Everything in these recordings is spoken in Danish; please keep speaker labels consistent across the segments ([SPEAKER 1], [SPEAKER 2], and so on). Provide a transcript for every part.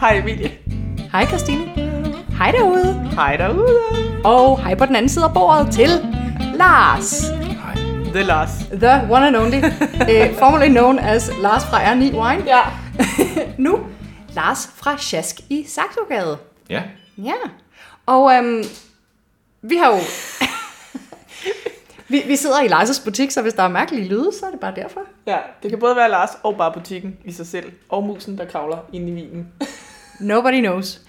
[SPEAKER 1] Hej Emilie.
[SPEAKER 2] Hej Christine. Hej derude.
[SPEAKER 1] Hej derude.
[SPEAKER 2] Og hej på den anden side af bordet til Lars.
[SPEAKER 1] Det er Lars.
[SPEAKER 2] The one and only. uh, formerly known as Lars fra R9 Wine.
[SPEAKER 1] Ja.
[SPEAKER 2] nu Lars fra Sjask i Saxogade.
[SPEAKER 3] Ja.
[SPEAKER 2] Ja. Og øhm, vi har jo... vi, vi sidder i Lars' butik, så hvis der er mærkelige lyde, så er det bare derfor.
[SPEAKER 1] ja. Det kan både være Lars og bare butikken i sig selv. Og musen, der kravler ind i vinen.
[SPEAKER 2] Nobody knows.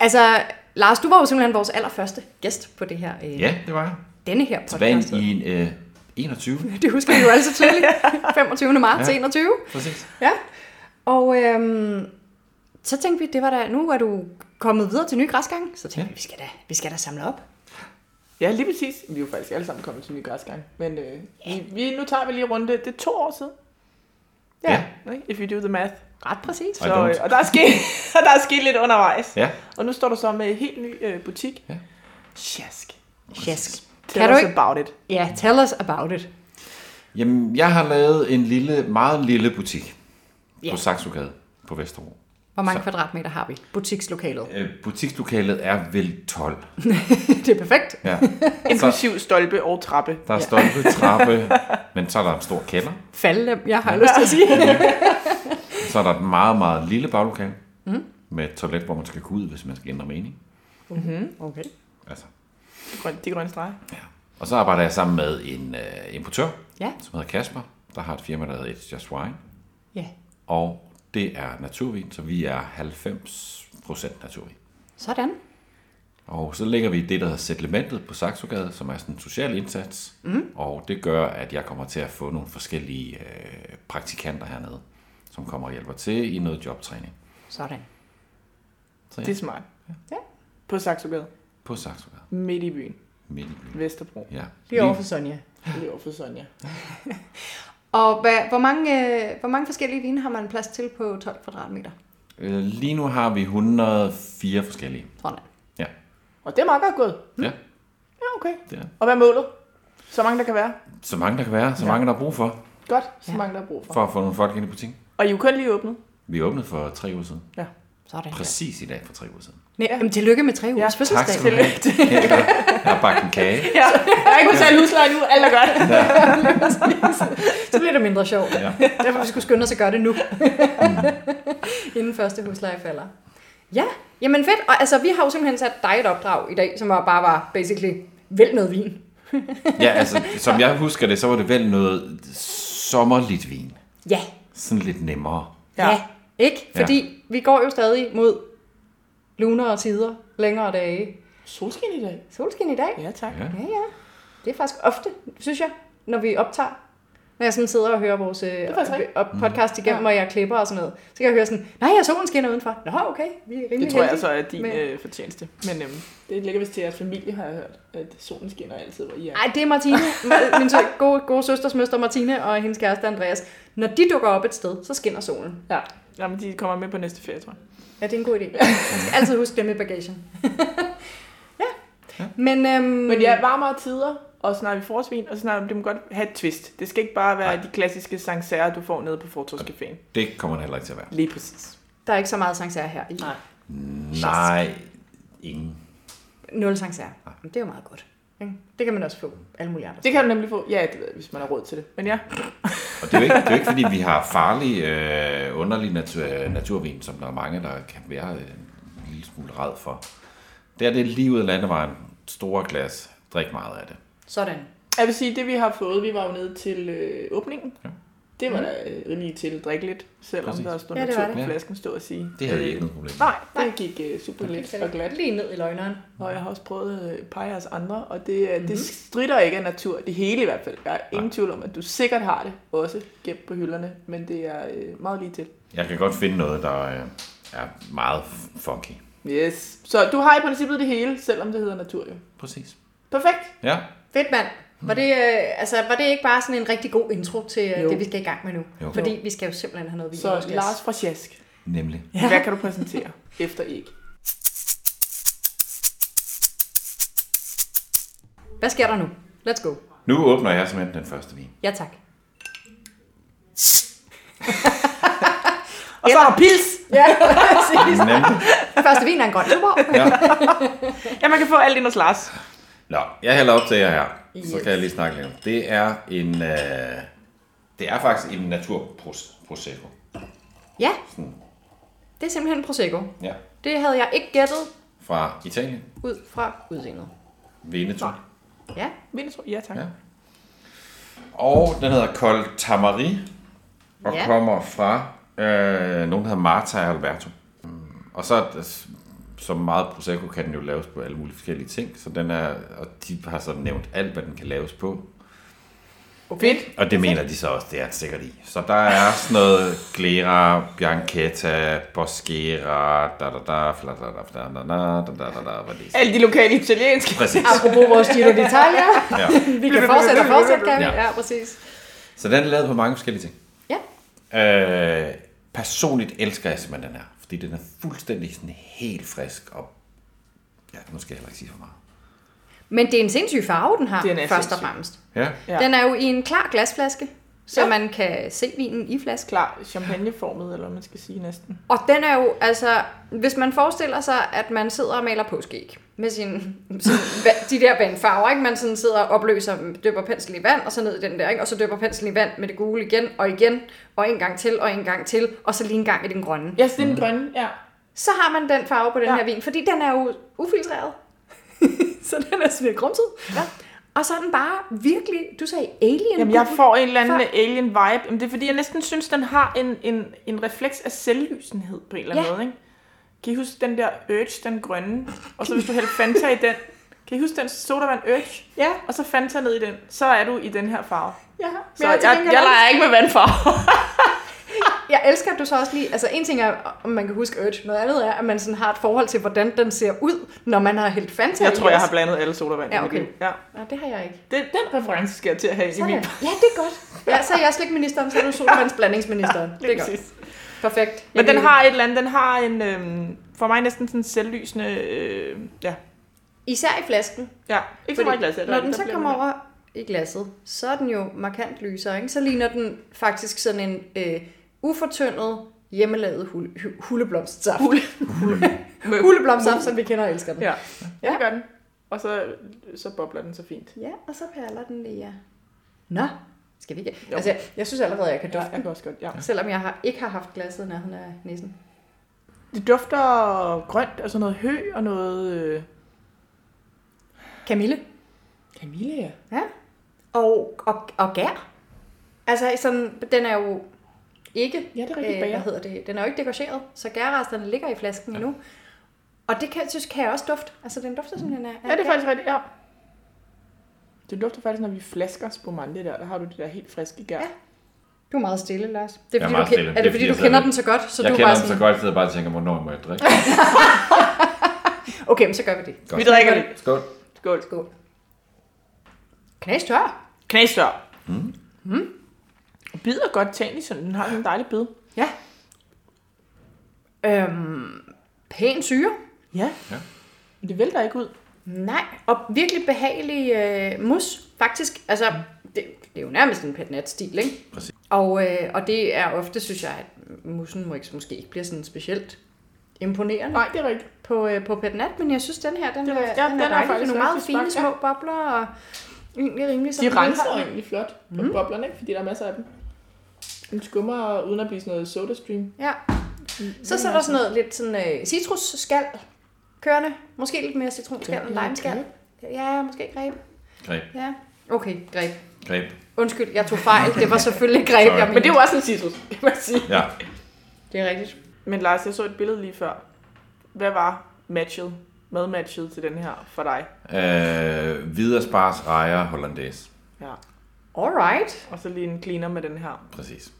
[SPEAKER 2] Altså, Lars, du var jo simpelthen vores allerførste gæst på det her, øh,
[SPEAKER 3] Ja, det var jeg.
[SPEAKER 2] denne her
[SPEAKER 3] Tilbage
[SPEAKER 2] podcast.
[SPEAKER 3] i en øh, 21.
[SPEAKER 2] Det husker vi jo altså tydeligt. 25. marts ja.
[SPEAKER 3] Ja.
[SPEAKER 2] 21.
[SPEAKER 3] Præcis.
[SPEAKER 2] Ja. Og øhm, så tænkte vi, det var da, nu er du kommet videre til nye græsgange. Så tænkte
[SPEAKER 3] Ja.
[SPEAKER 2] vi, vi skal, da, vi skal da samle op.
[SPEAKER 1] Ja, lige præcis. Vi er jo faktisk alle sammen kommet til ny græsgang. Men øh, vi, vi, nu tager vi lige runde. Det er to år siden. Ikke? If you do the math.
[SPEAKER 2] Ret præcis.
[SPEAKER 3] I
[SPEAKER 1] Så,
[SPEAKER 3] don't.
[SPEAKER 1] øh, og der er, sket, og der er sket lidt undervejs.
[SPEAKER 3] Ja.
[SPEAKER 1] Og nu står du så med en helt ny øh, butik.
[SPEAKER 3] Ja.
[SPEAKER 1] Sjask.
[SPEAKER 2] Sjask.
[SPEAKER 1] Tell
[SPEAKER 2] Kan du
[SPEAKER 1] us
[SPEAKER 2] ikke?
[SPEAKER 1] about it.
[SPEAKER 2] Ja, tell us about it.
[SPEAKER 3] Jamen, jeg har lavet en lille, meget lille butik
[SPEAKER 2] Ja.
[SPEAKER 3] på Saxogade på Vesterbro.
[SPEAKER 2] Hvor mange
[SPEAKER 3] Så-
[SPEAKER 2] kvadratmeter har vi? Butikslokalet.
[SPEAKER 3] Øh, butikslokalet er vel 12.
[SPEAKER 2] det er perfekt.
[SPEAKER 3] Ja.
[SPEAKER 1] Altså-
[SPEAKER 3] Så
[SPEAKER 1] Inklusiv stolpe og trappe.
[SPEAKER 3] der er stolpe, trappe, men så er der en stor kælder.
[SPEAKER 2] Faldlem, jeg har lyst til at sige.
[SPEAKER 3] Så er der et meget, meget lille baglokale
[SPEAKER 2] Mhm.
[SPEAKER 3] mm. med et toilet, hvor man skal gå ud, hvis man skal ændre mening.
[SPEAKER 2] Okay.
[SPEAKER 3] Altså.
[SPEAKER 1] Grøn, de grønne streger.
[SPEAKER 3] Og så arbejder jeg sammen med en øh, importør,
[SPEAKER 2] Ja.
[SPEAKER 3] som hedder Kasper, der har et firma, der hedder It's Just Wine.
[SPEAKER 2] Ja.
[SPEAKER 3] Og det er naturvin, så vi er 90% naturvin.
[SPEAKER 2] Sådan.
[SPEAKER 3] Og så lægger vi det, der hedder settlementet på Saxogade, som er sådan en social indsats. Mm. Og det gør, at jeg kommer til at få nogle forskellige øh, praktikanter hernede, som kommer og hjælper til i noget jobtræning
[SPEAKER 2] Sådan.
[SPEAKER 3] Ja.
[SPEAKER 1] Det er smart.
[SPEAKER 2] Ja.
[SPEAKER 1] På Saxogade.
[SPEAKER 3] på Saxogade,
[SPEAKER 1] Midt i byen.
[SPEAKER 3] midt i byen.
[SPEAKER 1] Vesterbro.
[SPEAKER 3] Ja.
[SPEAKER 2] Lige over for Sonja.
[SPEAKER 1] Lige over for Sonja.
[SPEAKER 2] Og hvad, hvor, mange, øh, hvor mange forskellige vine har man plads til på 12 kvadratmeter?
[SPEAKER 3] Øh, lige nu har vi 104 forskellige.
[SPEAKER 2] Sådan.
[SPEAKER 3] Ja,
[SPEAKER 1] Og det er meget godt gået.
[SPEAKER 3] ja
[SPEAKER 1] Ja, okay.
[SPEAKER 3] det er.
[SPEAKER 1] Og hvad er målet? Så mange der kan være.
[SPEAKER 3] Så mange der kan være, så mange der er brug for,
[SPEAKER 1] Godt, så
[SPEAKER 2] Ja.
[SPEAKER 1] mange der er brug for.
[SPEAKER 3] for at få nogle folk ind i butikken.
[SPEAKER 1] Og I er jo kun lige åbnet.
[SPEAKER 3] Vi åbnede for tre uger siden.
[SPEAKER 1] Ja.
[SPEAKER 2] Sådan.
[SPEAKER 3] Præcis i dag for tre uger siden.
[SPEAKER 2] Nej, jamen, tillykke med tre ugers
[SPEAKER 1] Ja.
[SPEAKER 2] fødselsdag.
[SPEAKER 3] Tak skal du have. Ja, Jeg har bagt en kage.
[SPEAKER 1] ja. Jeg har ikke betalt husleje nu, alt er godt.
[SPEAKER 2] Så bliver det mindre sjovt. Ja.
[SPEAKER 3] Ja.
[SPEAKER 2] Derfor vi skulle skynde os at gøre det nu. Inden første husleje falder. Ja, jamen fedt. Og altså, vi har jo simpelthen sat dig et opdrag i dag, som var- bare var basically, vælg noget vin.
[SPEAKER 3] Ja, altså, som jeg husker det, så var det vel noget sommerligt vin.
[SPEAKER 2] Ja,
[SPEAKER 3] Sådan lidt nemmere.
[SPEAKER 2] ja.
[SPEAKER 1] Ja.
[SPEAKER 2] ja. Ikke?
[SPEAKER 3] Ja.
[SPEAKER 2] Fordi vi går jo stadig mod lunere tider, længere dage.
[SPEAKER 1] Solskin i dag.
[SPEAKER 2] Solskin i dag.
[SPEAKER 1] Ja, tak.
[SPEAKER 3] Ja.
[SPEAKER 2] Ja, ja. Det er faktisk ofte, synes jeg, når vi optager. Når jeg sådan sidder og hører vores øh,
[SPEAKER 1] er faktisk rigtigt.
[SPEAKER 2] op, podcast igennem, og jeg klipper og sådan noget, så kan jeg høre sådan, nej, ja, solen skinner udenfor. Nå, okay, vi er rimelig
[SPEAKER 1] Det tror jeg
[SPEAKER 2] heldige.
[SPEAKER 1] altså er din
[SPEAKER 2] Men-
[SPEAKER 1] øh, fortjeneste. Men øhm, det ligger vist til jeres familie, har jeg hørt, at solen skinner altid, hvor I er.
[SPEAKER 2] Ej, det er Martine, min sø- gode, gode søsters møster Martine og hendes kæreste Andreas. Når de dukker op et sted, så skinner solen.
[SPEAKER 1] Ja. Jamen, de kommer med på næste ferie, tror jeg.
[SPEAKER 2] Ja, det er en god idé. Man skal altid huske dem i bagagen. ja. Men, øhm,
[SPEAKER 1] Men ja, varmere tider, og så snakker vi forårsvin, og så snakker vi, det må godt have et twist. Det skal ikke bare være
[SPEAKER 3] Nej.
[SPEAKER 1] de klassiske sangsager, du får nede på Fortorskaféen.
[SPEAKER 3] Det kommer det heller ikke til at være.
[SPEAKER 1] Lige præcis.
[SPEAKER 2] der er ikke så meget sangsager her. I.
[SPEAKER 1] Nej.
[SPEAKER 3] Nej, ingen.
[SPEAKER 2] Nul sangsager. Det er jo meget godt. ikke? Det kan man også få alle mulige andre
[SPEAKER 1] Det kan du nemlig få. Ja, det ved jeg, hvis man har råd til det. Men ja,
[SPEAKER 3] Og det er jo ikke, det er jo ikke fordi vi har farlig, øh, underlig natur, naturvin, som der er mange, der kan være øh, en lille smule ræd for. Det er det lige ud af landevejen. Store glas. Drik meget af det.
[SPEAKER 2] Sådan.
[SPEAKER 1] Jeg vil sige, det vi har fået, vi var jo nede til øh, åbningen. Ja.
[SPEAKER 3] Ja.
[SPEAKER 1] Det var da øh, rimelig til at drikke lidt, selvom Præcis.
[SPEAKER 3] Præcis.
[SPEAKER 1] der stod
[SPEAKER 2] Mm. Ja,
[SPEAKER 1] ja,
[SPEAKER 2] det var
[SPEAKER 1] natur
[SPEAKER 2] det.
[SPEAKER 1] på
[SPEAKER 3] Ja.
[SPEAKER 1] flasken, stå og sige. Øh,
[SPEAKER 3] Det havde I ikke noget problem med.
[SPEAKER 1] Nej, det gik øh, super let og glat.
[SPEAKER 2] Lige ned i løgneren.
[SPEAKER 1] Og jeg har også prøvet øh, et par af jeres andre, og det, mm-hmm. det strider ikke af natur. Det hele i hvert fald. Jeg er ingen tvivl om, at du sikkert har det, også gemt på hylderne, men det er øh, meget lige til.
[SPEAKER 3] Jeg kan godt finde noget, der øh, er meget funky.
[SPEAKER 1] Yes. Så du har i princippet det hele, selvom det hedder natur jo.
[SPEAKER 3] Præcis.
[SPEAKER 1] Perfekt.
[SPEAKER 3] Ja,
[SPEAKER 2] Fedt mand. Var det, øh, altså, var det ikke bare sådan en rigtig god intro til øh,
[SPEAKER 1] Jo.
[SPEAKER 2] det, vi skal i gang med nu?
[SPEAKER 3] Jo.
[SPEAKER 2] Fordi vi skal jo simpelthen have noget vin. i
[SPEAKER 1] Så
[SPEAKER 2] vores glas.
[SPEAKER 1] Lars fra Sjask,
[SPEAKER 3] nemlig.
[SPEAKER 1] ja. hvad kan du præsentere efter E æg?
[SPEAKER 2] Hvad sker der nu? Let's go.
[SPEAKER 3] Nu åbner jeg simpelthen den første vin.
[SPEAKER 2] Ja tak.
[SPEAKER 1] Og så er der pils!
[SPEAKER 2] Ja, præcis.
[SPEAKER 3] Nemlig.
[SPEAKER 2] Første vin er en grøn tuborg.
[SPEAKER 1] Ja, man kan få alt ind hos Lars.
[SPEAKER 3] Nå, jeg hælder op til jer her. Så
[SPEAKER 2] Yes.
[SPEAKER 3] kan jeg lige snakke lidt om. Det er en... Øh, det er faktisk en naturprosecco.
[SPEAKER 2] Ja, det er simpelthen en Prosecco.
[SPEAKER 3] Ja.
[SPEAKER 2] Det havde jeg ikke gættet
[SPEAKER 3] Fra Italien.
[SPEAKER 2] ud fra udseendet.
[SPEAKER 3] Veneto.
[SPEAKER 1] Nå.
[SPEAKER 2] Ja,
[SPEAKER 1] Vindes- Ja, tak.
[SPEAKER 3] Ja. Og den hedder Col Tamari. Og
[SPEAKER 2] Ja.
[SPEAKER 3] ja. kommer fra øh, nogen, der hedder Marta Alberto. Mm, Og så er det- som meget Prosecco kan den jo laves på alle mulige forskellige ting. Så den er, og de har så nævnt alt, hvad den kan laves på.
[SPEAKER 1] Okay. Fedt.
[SPEAKER 3] Og det mener de så også, det er det sikkert i. Så der er sådan noget Glera, Bianchetta, Boschera, da da da, fla da da da da da da da da da, hvad det er.
[SPEAKER 1] Alle de lokale italienske.
[SPEAKER 3] Præcis.
[SPEAKER 2] apropos vores Giro d'Italia.
[SPEAKER 3] Ja.
[SPEAKER 2] Vi kan fortsætte og fortsætte, kan vi?
[SPEAKER 3] Ja.
[SPEAKER 2] Ja, præcis.
[SPEAKER 3] Så den er lavet på mange forskellige ting.
[SPEAKER 2] Ja,
[SPEAKER 3] Øh, personligt elsker jeg simpelthen den her, fordi den er fuldstændig sådan helt frisk og... Ja, nu skal jeg heller ikke sige for meget.
[SPEAKER 2] men det er en sindssyg farve, den har,
[SPEAKER 1] Den er
[SPEAKER 2] først og
[SPEAKER 1] sindssyg.
[SPEAKER 2] fremmest.
[SPEAKER 3] Ja,
[SPEAKER 1] Ja.
[SPEAKER 2] Den er jo i en klar glasflaske, så
[SPEAKER 1] Ja.
[SPEAKER 2] man kan se vinen i flasken.
[SPEAKER 1] Klar champagneformet, eller hvad man skal sige næsten.
[SPEAKER 2] Og den er jo, altså, hvis man forestiller sig, at man sidder og maler påskeæg med sin, sin, va- de der vandfarver, ikke? Man sådan sidder og opløser, døber pensel i vand, og så ned i den der, ikke? Og så døber penslen i vand med det gule igen, og igen, og en gang til, og en gang til, og så lige en gang i den grønne.
[SPEAKER 1] Ja, så det er den grønne, ja.
[SPEAKER 2] Så har man den farve på den ja.
[SPEAKER 1] Ja.
[SPEAKER 2] her vin, fordi den er jo ufiltreret. så den er sådan lidt grumset. Ja. Og så er den bare virkelig, du sagde alien.
[SPEAKER 1] Jamen, jeg får en eller anden
[SPEAKER 2] Før.
[SPEAKER 1] alien vibe. Jamen, det er fordi, jeg næsten synes, den har en, en, en refleks af selvlysenhed på en eller anden
[SPEAKER 2] Ja.
[SPEAKER 1] måde, ikke? Kan I huske den der Urge, den grønne? Og så hvis du hælder Fanta i den. Kan I huske den sodavand Urge?
[SPEAKER 2] Ja.
[SPEAKER 1] Og så Fanta ned i den. Så er du i den her farve.
[SPEAKER 2] ja. Men
[SPEAKER 1] Så
[SPEAKER 2] har
[SPEAKER 1] jeg,
[SPEAKER 2] til
[SPEAKER 1] jeg,
[SPEAKER 2] gengæld
[SPEAKER 1] jeg
[SPEAKER 2] også-
[SPEAKER 1] leger ikke med vandfarve.
[SPEAKER 2] Jeg elsker, at du så også lige... Altså, en ting er, om man kan huske Urge. Noget andet er, at man sådan har et forhold til, hvordan den ser ud, når man har hældt Fanta
[SPEAKER 1] Jeg
[SPEAKER 2] i
[SPEAKER 1] tror, jeg
[SPEAKER 2] glas.
[SPEAKER 1] har blandet alle sodavand.
[SPEAKER 2] Ja,
[SPEAKER 1] i mit
[SPEAKER 2] okay.
[SPEAKER 1] liv. Ja.
[SPEAKER 2] Nå, det har jeg ikke.
[SPEAKER 1] Det, den reference skal jeg til at have ind i
[SPEAKER 2] Sådan.
[SPEAKER 1] min...
[SPEAKER 2] Ja, det er godt. Ja, så er jeg slikministeren, så er du solvandsblandingsministeren. det er godt.
[SPEAKER 1] præcis.
[SPEAKER 2] Perfekt. Jeg
[SPEAKER 1] Men den
[SPEAKER 2] kan-
[SPEAKER 1] har et eller andet, den har en, øhm, for mig næsten sådan en selvlysende, øh, ja,
[SPEAKER 2] Især i flasken.
[SPEAKER 1] ja, ikke så
[SPEAKER 2] fordi
[SPEAKER 1] meget glas. af det,
[SPEAKER 2] Når den
[SPEAKER 1] der
[SPEAKER 2] så
[SPEAKER 1] bliver
[SPEAKER 2] kommer
[SPEAKER 1] man-
[SPEAKER 2] over i glasset, så er den jo markant lysere, ikke? Så ligner den faktisk sådan en øh, ufortyndet, hjemmelavet hul- hu- hulleblomstsaft. Hule.
[SPEAKER 1] Mø-
[SPEAKER 2] Hulleblomstsaft, som vi kender og elsker den.
[SPEAKER 1] Ja,
[SPEAKER 2] Ja.
[SPEAKER 1] ja, det gør den. Og så, så bobler den så fint.
[SPEAKER 2] Ja, og så perler den lige, ja. Nå, skal vi ikke?
[SPEAKER 1] Jo.
[SPEAKER 2] Altså, jeg, jeg synes allerede, jeg kan
[SPEAKER 1] Ja,
[SPEAKER 2] dufte
[SPEAKER 1] jeg
[SPEAKER 2] den,
[SPEAKER 1] kan også godt, ja.
[SPEAKER 2] selvom jeg har, ikke har haft glasset i nærheden af næsen.
[SPEAKER 1] Det dufter grønt og sådan noget hø og noget... Øh,
[SPEAKER 2] Camille?
[SPEAKER 1] Camille, ja.
[SPEAKER 2] Ja. Og, og, og gær? Altså, sådan, den er jo ikke...
[SPEAKER 1] Ja, det er rigtig
[SPEAKER 2] Øh, hvad
[SPEAKER 1] bager.
[SPEAKER 2] hedder det? Den er jo ikke dekoreret, så gærresterne ligger i flasken endnu. Og det kan, synes, kan jeg også dufte. Altså, den dufter simpelthen af...
[SPEAKER 1] Ja, det er faktisk rigtigt, ja. Det dufter faktisk, når vi flasker spumante der, der har du det der helt friske gær.
[SPEAKER 2] Ja. Du er meget stille, Lars. Det
[SPEAKER 3] Jeg er
[SPEAKER 2] er, fordi,
[SPEAKER 3] meget
[SPEAKER 2] du,
[SPEAKER 3] stille.
[SPEAKER 2] Er det,
[SPEAKER 3] Det er,
[SPEAKER 2] fordi,
[SPEAKER 3] fordi
[SPEAKER 2] du
[SPEAKER 3] jeg
[SPEAKER 2] kender
[SPEAKER 3] sidder-
[SPEAKER 2] den så godt, så
[SPEAKER 3] jeg
[SPEAKER 2] du
[SPEAKER 3] kender
[SPEAKER 2] bare
[SPEAKER 3] den
[SPEAKER 2] sådan...
[SPEAKER 3] så godt, jeg sidder bare og tænker, hvornår må jeg drikke?
[SPEAKER 2] Okay, men så gør vi det.
[SPEAKER 1] Vi drikker det.
[SPEAKER 3] Skål.
[SPEAKER 1] Skål.
[SPEAKER 2] Skål. Knastør.
[SPEAKER 1] Knæstør. Mm. Mm. Bider godt tannig, sådan den har sådan en dejlig bid.
[SPEAKER 2] Ja. Øhm, pæn syre.
[SPEAKER 1] Ja.
[SPEAKER 3] Ja.
[SPEAKER 1] Men Det vælter ikke ud.
[SPEAKER 2] Nej, og virkelig behagelig øh, mus, faktisk. Altså, det, det er jo nærmest en petnat-stil, ikke?
[SPEAKER 3] Præcis.
[SPEAKER 2] Og, øh, og det er ofte, synes jeg, at mussen må ikke- måske ikke bliver sådan specielt imponerende
[SPEAKER 1] Nej, det er rigtigt.
[SPEAKER 2] på, øh, på petnat, men jeg synes, den her, den,
[SPEAKER 1] Det
[SPEAKER 2] er,
[SPEAKER 1] er
[SPEAKER 2] den,
[SPEAKER 1] rigtigt.
[SPEAKER 2] er,
[SPEAKER 1] Ja,
[SPEAKER 2] den
[SPEAKER 1] den
[SPEAKER 2] er
[SPEAKER 1] er
[SPEAKER 2] dejlig.
[SPEAKER 1] faktisk
[SPEAKER 2] Det er nogle meget
[SPEAKER 1] rigtig
[SPEAKER 2] fine
[SPEAKER 1] smuk,
[SPEAKER 2] små bobler, og egentlig rimelig
[SPEAKER 1] De
[SPEAKER 2] sådan
[SPEAKER 1] renser jo
[SPEAKER 2] lidt-
[SPEAKER 1] egentlig flot på mm. boblerne, ikke? fordi der er masser af dem. Den skummer uden at blive sådan noget soda stream.
[SPEAKER 2] Ja. Så så er der sådan noget lidt sådan øh, citrusskal kørende. Måske lidt mere citronskal end
[SPEAKER 1] Ja,
[SPEAKER 2] limeskal. Ja, måske greb.
[SPEAKER 3] Greb.
[SPEAKER 2] Ja. Okay, greb.
[SPEAKER 3] Greb.
[SPEAKER 2] Undskyld, jeg tog fejl. Det var selvfølgelig greb,
[SPEAKER 3] Sorry.
[SPEAKER 2] jeg
[SPEAKER 1] Men det er jo
[SPEAKER 2] mente.
[SPEAKER 1] også en citrus, kan man sige.
[SPEAKER 3] Ja.
[SPEAKER 2] Det er rigtigt.
[SPEAKER 1] Men Lars, jeg så et billede lige før. Hvad var matchet, madmatchet til den her for dig?
[SPEAKER 3] Øh, videre spars rejer hollandaise.
[SPEAKER 1] Ja.
[SPEAKER 2] Alright.
[SPEAKER 1] Og så lige en cleaner med den her.
[SPEAKER 3] Præcis.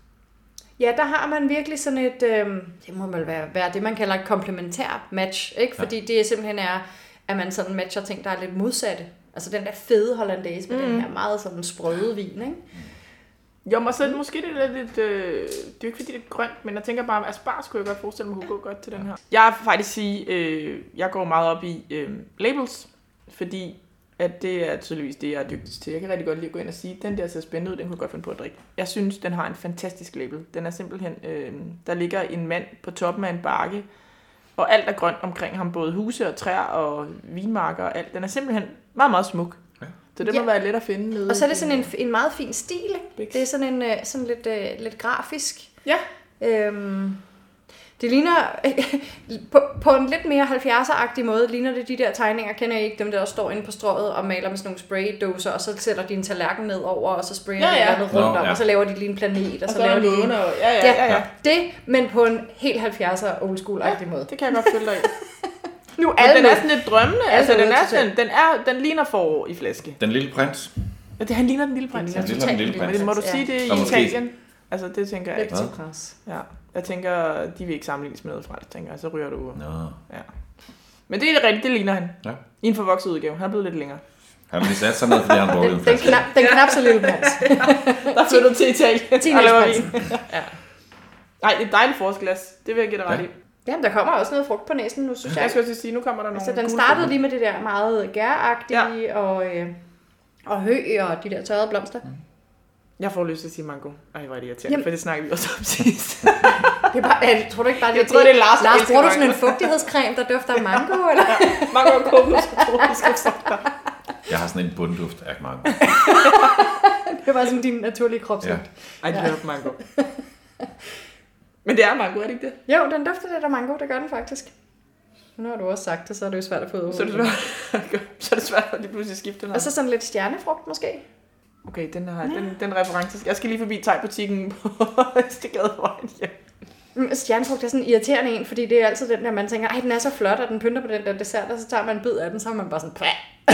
[SPEAKER 2] Ja, der har man virkelig sådan et, øh, det må vel være, være det, man kalder et komplementær match, ikke? Fordi det simpelthen er, at man sådan matcher ting, der er lidt modsatte. Altså den der fede hollandaise med mm. den her meget sådan sprøde vin, ikke?
[SPEAKER 1] Jo, men så mm. måske det er lidt... Øh, det er jo ikke fordi, det er grønt, men jeg tænker bare, at spars kunne jeg godt forestille mig, kunne gå godt til den her. Jeg vil faktisk sige, øh, jeg går meget op i øh, labels, fordi at det er tydeligvis det, jeg er dygtigst til. Jeg kan rigtig godt lide at gå ind og sige, den der ser spændende ud, den kunne jeg godt finde på at drikke. Jeg synes, den har en fantastisk label. Den er simpelthen, øh, der ligger en mand på toppen af en bakke, og alt er grønt omkring ham, både huse og træer og vinmarker og alt. Den er simpelthen meget, meget smuk.
[SPEAKER 3] Ja.
[SPEAKER 1] Så det
[SPEAKER 2] Ja.
[SPEAKER 1] må være let at finde nede.
[SPEAKER 2] Og så er det
[SPEAKER 1] i- øh,
[SPEAKER 2] sådan en, en meget fin stil. ikke?
[SPEAKER 1] Biks.
[SPEAKER 2] Det er sådan, en, øh, sådan lidt, øh, lidt grafisk.
[SPEAKER 1] Ja.
[SPEAKER 2] Øhm, det ligner, på, på en lidt mere 70'er-agtig måde, ligner det de der tegninger, kender I ikke? Dem der står inde på strået og maler med sådan nogle spraydåser, og så sætter de en tallerken ned over, og så sprayer
[SPEAKER 1] Ja,
[SPEAKER 2] ja,
[SPEAKER 1] ja.
[SPEAKER 2] ja. de noget rundt
[SPEAKER 3] Nå,
[SPEAKER 2] om,
[SPEAKER 3] ja.
[SPEAKER 2] og så laver de lige en planet, og,
[SPEAKER 1] Og
[SPEAKER 2] så,
[SPEAKER 1] så er
[SPEAKER 2] laver
[SPEAKER 1] der
[SPEAKER 2] de en...
[SPEAKER 1] måne og... Ja, ja, ja. ja.
[SPEAKER 3] Ja.
[SPEAKER 2] Det, men på en helt 70'er old school-agtig måde.
[SPEAKER 1] Det kan jeg godt følge dig i.
[SPEAKER 2] Nu
[SPEAKER 1] Men
[SPEAKER 2] alle
[SPEAKER 1] den
[SPEAKER 2] med.
[SPEAKER 1] er sådan lidt drømmende. Altså,
[SPEAKER 2] Alle er
[SPEAKER 1] den,
[SPEAKER 2] ude
[SPEAKER 1] er
[SPEAKER 2] til
[SPEAKER 1] sådan, den, er, den ligner forår i flaske.
[SPEAKER 3] Den lille prins.
[SPEAKER 1] Ja, det, han ligner den lille prins.
[SPEAKER 2] ligner
[SPEAKER 3] Den lille-
[SPEAKER 2] totalt
[SPEAKER 3] den ligesom lille
[SPEAKER 1] Men det
[SPEAKER 2] vildt.
[SPEAKER 1] må du
[SPEAKER 2] Ja.
[SPEAKER 1] sige det
[SPEAKER 3] Og
[SPEAKER 1] i
[SPEAKER 3] måske-
[SPEAKER 1] Italien? Altså, det tænker jeg ikke.
[SPEAKER 2] Rigtig pres.
[SPEAKER 1] Ja. Jeg tænker, de vil ikke sammenlignes med noget fra det, tænker jeg. Så ryger du.
[SPEAKER 3] Nå.
[SPEAKER 1] Men det er rigtigt, det ligner han.
[SPEAKER 3] Ja.
[SPEAKER 1] I en forvokset udgave. Han er blevet lidt længere.
[SPEAKER 3] Han har lige sat sig ned, fordi han
[SPEAKER 2] Den,
[SPEAKER 3] brugte en
[SPEAKER 2] den,
[SPEAKER 3] flaske.
[SPEAKER 2] knap, den knap så lille prins.
[SPEAKER 1] Der flytter til Italien. og laver vin. ja. Nej, det er et dejligt forårsglas. Det vil jeg give dig ret
[SPEAKER 3] Ja.
[SPEAKER 1] i.
[SPEAKER 2] Jamen, der kommer også noget frugt på næsen nu, synes jeg.
[SPEAKER 1] Jeg skal også sige, nu kommer der nogle
[SPEAKER 2] Altså, den
[SPEAKER 1] gule
[SPEAKER 2] startede lige med det der meget gæragtige ja. og, øh, og hø og de der tørrede blomster.
[SPEAKER 1] Mm. Jeg får lyst til at sige mango. Ej, hvor er det irriterende,
[SPEAKER 2] Jamen-
[SPEAKER 1] for det snakker vi også om sidst.
[SPEAKER 2] Det er bare, jeg tror du ikke bare, det
[SPEAKER 1] Jeg tror, det er Lars, der
[SPEAKER 2] Lars,
[SPEAKER 1] elsker
[SPEAKER 2] bruger du sådan en
[SPEAKER 1] mango.
[SPEAKER 2] fugtighedscreme, der dufter af mango? Eller?
[SPEAKER 1] mango og kokos og tropiske frugter.
[SPEAKER 3] Jeg har sådan en bundduft af mange.
[SPEAKER 2] Det var sådan din naturlige
[SPEAKER 3] Ja.
[SPEAKER 2] kropslugt.
[SPEAKER 1] Ej, det er mango. Men det er mango, er det ikke det?
[SPEAKER 2] Ja. Jo, den dufter lidt af mango, det gør den faktisk. Nu har du også sagt det, så er det jo svært at få ud af
[SPEAKER 1] Så er det
[SPEAKER 2] hovedet.
[SPEAKER 1] svært, så er det svært at lige pludselig skifte den
[SPEAKER 2] Og så sådan lidt stjernefrugt måske.
[SPEAKER 1] Okay, den, har, den, den reference. Jeg skal lige forbi tegbutikken på Østergadevej. Ja.
[SPEAKER 2] Mm, Stjernefrugt er sådan en irriterende en, fordi det er altid den der, man tænker, ej, den er så flot, og den pynter på den der dessert, og så tager man en bid af den, så er man bare sådan, "Pah."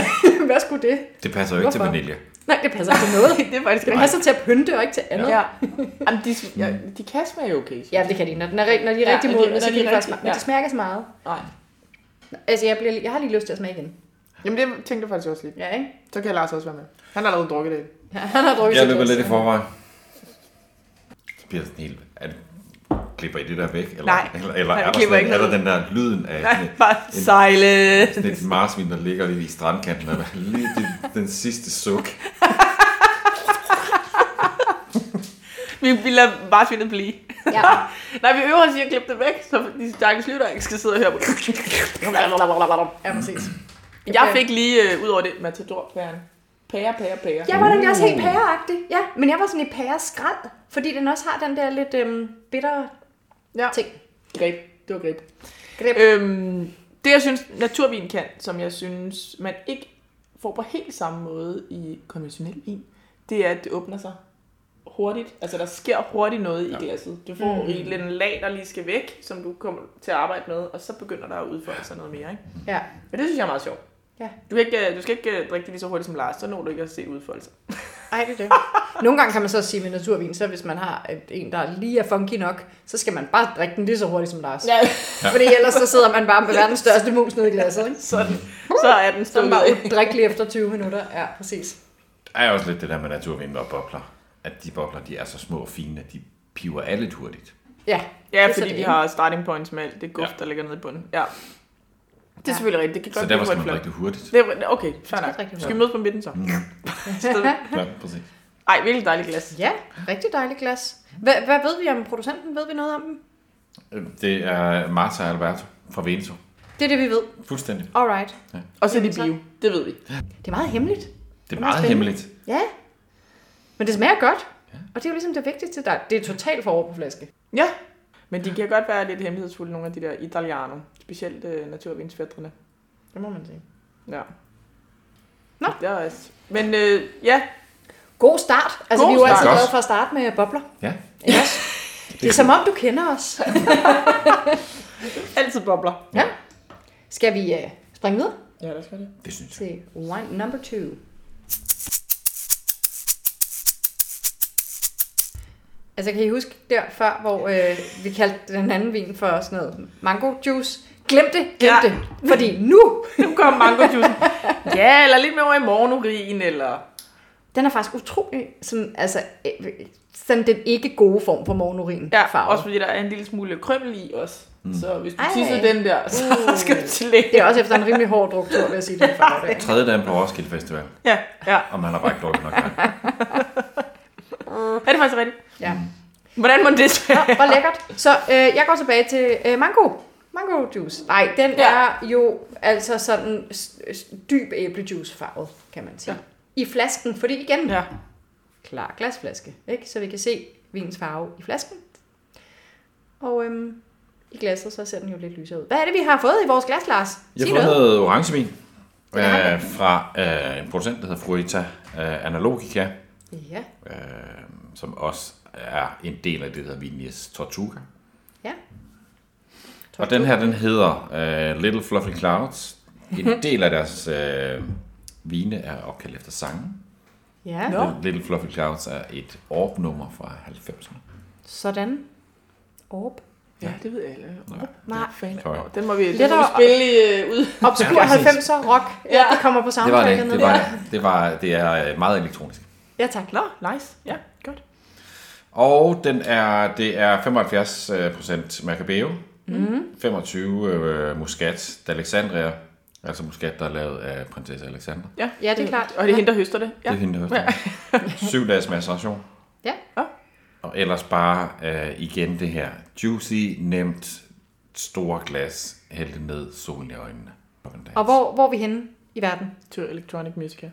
[SPEAKER 2] hvad skulle det?
[SPEAKER 3] Det passer jo ikke til
[SPEAKER 2] Hvorfor?
[SPEAKER 3] vanilje.
[SPEAKER 2] Nej, det passer ikke til noget.
[SPEAKER 1] Det er faktisk
[SPEAKER 2] Det passer til at pynte, og ikke til andet.
[SPEAKER 1] Ja. Jamen, de, ja, de kan smage okay.
[SPEAKER 2] Ja, det kan de. Når, den er, rig- når de er
[SPEAKER 1] Ja,
[SPEAKER 2] ja, rigtig
[SPEAKER 1] når de-
[SPEAKER 2] modne,
[SPEAKER 1] når
[SPEAKER 2] så
[SPEAKER 1] de
[SPEAKER 2] kan de
[SPEAKER 1] er
[SPEAKER 2] faktisk
[SPEAKER 1] rigtig-
[SPEAKER 2] smage. Men
[SPEAKER 1] ja.
[SPEAKER 2] de smager ikke så meget.
[SPEAKER 1] Nej.
[SPEAKER 2] Altså, jeg, bliver, lige- jeg har lige lyst til at smage igen.
[SPEAKER 1] Jamen, det tænkte jeg faktisk også lidt.
[SPEAKER 2] Ja, ikke?
[SPEAKER 1] Så kan Lars også være med. Han har allerede drukket det.
[SPEAKER 2] Ja, han har drukket
[SPEAKER 3] Jeg
[SPEAKER 2] sit
[SPEAKER 3] løber
[SPEAKER 2] glas.
[SPEAKER 3] lidt i forvejen. Så bliver sådan helt... Er det, klipper I det der væk? Eller,
[SPEAKER 1] Nej,
[SPEAKER 3] eller, eller
[SPEAKER 1] nej,
[SPEAKER 3] er,
[SPEAKER 1] vi
[SPEAKER 3] der
[SPEAKER 1] klipper
[SPEAKER 3] sådan,
[SPEAKER 1] ikke
[SPEAKER 3] er der
[SPEAKER 1] noget.
[SPEAKER 3] den der lyden af sådan et-
[SPEAKER 1] Bare sejle.
[SPEAKER 3] sådan et marsvin, der ligger lige i strandkanten, og lige det, den sidste suk.
[SPEAKER 1] Vi, vi lader bare svinet blive.
[SPEAKER 2] Ja.
[SPEAKER 1] Nej, vi øver os i at klippe det væk, så de stakkels lytter ikke skal sidde og høre på.
[SPEAKER 2] ja, præcis.
[SPEAKER 1] Jeg fik lige, øh, ud over det, matadorpæren. Pære, pære, pære.
[SPEAKER 2] Jeg var nemlig også
[SPEAKER 3] Uh.
[SPEAKER 2] helt pæreagtig. Ja, men jeg var sådan i pæreskrald, fordi den også har den der lidt øhm, bitter
[SPEAKER 1] Ja.
[SPEAKER 2] ting.
[SPEAKER 1] Greb. Det var greb.
[SPEAKER 2] Greb.
[SPEAKER 1] Øhm, det, jeg synes, naturvin kan, som jeg synes, man ikke får på helt samme måde i konventionel vin, det er, at det åbner sig hurtigt. Altså, der sker hurtigt noget ja. i glasset. Du får mm. et lille lag, der lige skal væk, som du kommer til at arbejde med, og så begynder der at udfolde sig noget mere. Ikke?
[SPEAKER 2] Ja.
[SPEAKER 1] Men det synes jeg er meget sjovt.
[SPEAKER 2] Ja.
[SPEAKER 1] Du, kan ikke, øh, du skal ikke øh, drikke det lige så hurtigt som Lars, så når du ikke at se det udfolde sig.
[SPEAKER 2] Ej, det er det. Nogle gange kan man så sige med naturvin, så hvis man har et- en, der lige er funky nok, så skal man bare drikke den lige så hurtigt som Lars. Ja. Fordi ellers så sidder man bare med verdens største mus nede i glasset, ikke?
[SPEAKER 1] Sådan. Så er den
[SPEAKER 2] Så er
[SPEAKER 1] stået
[SPEAKER 2] den bare udrikkelig efter 20 minutter. Ja, præcis.
[SPEAKER 3] Der er også lidt det der med naturvin og bobler. At de bobler, de er så små og fine, at de piver alle lidt hurtigt.
[SPEAKER 2] Ja,
[SPEAKER 1] Ja,
[SPEAKER 2] Det er så
[SPEAKER 1] fordi
[SPEAKER 2] det
[SPEAKER 1] de
[SPEAKER 2] ene.
[SPEAKER 1] har starting points med alt det guf,
[SPEAKER 3] Ja.
[SPEAKER 1] der ligger nede i bunden. Ja. Det er
[SPEAKER 2] Ja.
[SPEAKER 1] selvfølgelig rigtigt. Det kan
[SPEAKER 3] Så
[SPEAKER 1] godt
[SPEAKER 3] derfor
[SPEAKER 1] blive
[SPEAKER 3] skal
[SPEAKER 1] hurtigt flot.
[SPEAKER 3] man drikke det hurtigt.
[SPEAKER 1] Det er, okay, fair
[SPEAKER 2] skal
[SPEAKER 1] nok.
[SPEAKER 2] drikke det
[SPEAKER 1] Skal vi mødes på midten så?
[SPEAKER 3] Mm. Ja, præcis.
[SPEAKER 1] Nej, virkelig dejligt glas.
[SPEAKER 2] Ja, rigtig dejligt glas. Hvad, hvad ved vi om producenten? Ved vi noget om dem?
[SPEAKER 3] Det er Marta Alberto fra Veneto.
[SPEAKER 2] Det er det, vi ved.
[SPEAKER 3] Fuldstændig.
[SPEAKER 2] Alright.
[SPEAKER 1] Og så er de
[SPEAKER 2] Jamen, så-
[SPEAKER 1] bio. Det ved vi.
[SPEAKER 2] Det er meget hemmeligt.
[SPEAKER 3] Det er
[SPEAKER 2] meget
[SPEAKER 3] meget
[SPEAKER 2] spændende.
[SPEAKER 3] hemmeligt.
[SPEAKER 2] Ja. Men det smager godt. Og det er jo ligesom det vigtigste til dig. Det er totalt forår på flaske.
[SPEAKER 1] Ja. Men de kan godt være lidt hemmelighedsfulde, nogle af de der italiano. Specielt øh, naturvinsfædrene.
[SPEAKER 2] Det må man sige.
[SPEAKER 1] Ja.
[SPEAKER 2] Nå.
[SPEAKER 1] Det er også. Men øh, ja,
[SPEAKER 2] God start. Altså,
[SPEAKER 1] God
[SPEAKER 2] God vi er jo altid
[SPEAKER 3] start.
[SPEAKER 2] glade for at starte med bobler.
[SPEAKER 3] Ja.
[SPEAKER 2] Ikke også? Det er som om, du kender os.
[SPEAKER 1] altid bobler.
[SPEAKER 2] Ja. Skal vi øh, springe videre
[SPEAKER 1] Ja, lad os gøre det.
[SPEAKER 3] Det synes jeg.
[SPEAKER 2] til wine number two? Altså, kan I huske der før, hvor øh, vi kaldte den anden vin for sådan noget mango juice? Glem det, glem
[SPEAKER 1] Ja.
[SPEAKER 2] ja. det. Fordi nu,
[SPEAKER 1] Nu kommer mangojuicen. ja, eller lidt mere over i morgenurin, eller...
[SPEAKER 2] den er faktisk utrolig, som, altså, øh, sådan den ikke gode form for morgenurin
[SPEAKER 1] Ja,
[SPEAKER 2] farve.
[SPEAKER 1] også fordi der er en lille smule krømmel i også. Mm. Så hvis du
[SPEAKER 2] Ej.
[SPEAKER 1] tissede den der, så
[SPEAKER 2] Uh.
[SPEAKER 1] skal du til læge.
[SPEAKER 2] Det er også efter en rimelig hård druktur, vil jeg sige det. er For det.
[SPEAKER 3] Tredje dagen på Roskilde Festival,
[SPEAKER 1] Ja, ja.
[SPEAKER 3] og man har bare ikke drukket nok vand.
[SPEAKER 1] Er det faktisk rigtigt?
[SPEAKER 2] Ja.
[SPEAKER 1] Hvordan må det se?
[SPEAKER 2] Nå, hvor lækkert. Så øh, jeg går tilbage til øh, mango. Mango juice. Nej, den
[SPEAKER 1] Ja.
[SPEAKER 2] ja. er jo altså sådan s- s- dyb æblejuice farvet, kan man sige.
[SPEAKER 1] Ja.
[SPEAKER 2] Ja. I flasken, fordi igen, ja.
[SPEAKER 1] Ja.
[SPEAKER 2] klar glasflaske, ikke? så vi kan se vins farve i flasken. Og øhm, i glasset, så ser den jo lidt lysere ud. Hvad er det, vi har fået i vores glas, Lars?
[SPEAKER 3] Jeg
[SPEAKER 2] Sig
[SPEAKER 3] har fået
[SPEAKER 2] noget.
[SPEAKER 3] noget orangevin
[SPEAKER 2] har
[SPEAKER 3] øh, fra øh, en producent, der hedder Fruita øh, Analogica,
[SPEAKER 2] Ja.
[SPEAKER 3] øh, som også er en del af det, der hedder Vinjes Tortuga.
[SPEAKER 2] Ja.
[SPEAKER 3] Og den her, den hedder øh, Little Fluffy Clouds. En del af deres øh, vine er opkaldt efter sangen.
[SPEAKER 2] Ja,
[SPEAKER 1] Nå.
[SPEAKER 3] Little- Little Fluffy Clouds er et orb-nummer fra 90'erne.
[SPEAKER 2] sådan. Orb.
[SPEAKER 1] ja, det ved alle.
[SPEAKER 3] Ja.
[SPEAKER 2] Nej,
[SPEAKER 1] Fan.
[SPEAKER 3] Sorry.
[SPEAKER 1] Nå, Den må vi, den må vi
[SPEAKER 2] Lettere-
[SPEAKER 1] spille øh, ud.
[SPEAKER 2] obskur
[SPEAKER 3] Ja, præcis.
[SPEAKER 2] 90'er rock. Ja.
[SPEAKER 1] Ja.
[SPEAKER 2] Det kommer på
[SPEAKER 3] Det var
[SPEAKER 2] soundtracket
[SPEAKER 3] det. ikke.
[SPEAKER 2] ned.
[SPEAKER 3] Det, var, det. det, var, det er øh, meget elektronisk.
[SPEAKER 2] Ja, tak.
[SPEAKER 1] Nå, nice. Ja, godt.
[SPEAKER 3] Og den er, det er 75 øh, procent Macabeo, mm. 25 øh, muskat d'Alexandria, altså muskat, der er lavet af prinsesse Alexandra.
[SPEAKER 1] Ja,
[SPEAKER 2] Ja, det er klart.
[SPEAKER 1] Og det er hende, der høster det.
[SPEAKER 3] Ja.
[SPEAKER 1] Ja.
[SPEAKER 3] Det er hende, der høster. Syv dages maceration.
[SPEAKER 2] Ja.
[SPEAKER 1] Ja.
[SPEAKER 3] Og ellers bare øh, igen det her juicy, nemt, store glas, hælde det ned, solen i øjnene. på en dag.
[SPEAKER 2] Og hvor, hvor er vi henne i verden?
[SPEAKER 1] To electronic music her.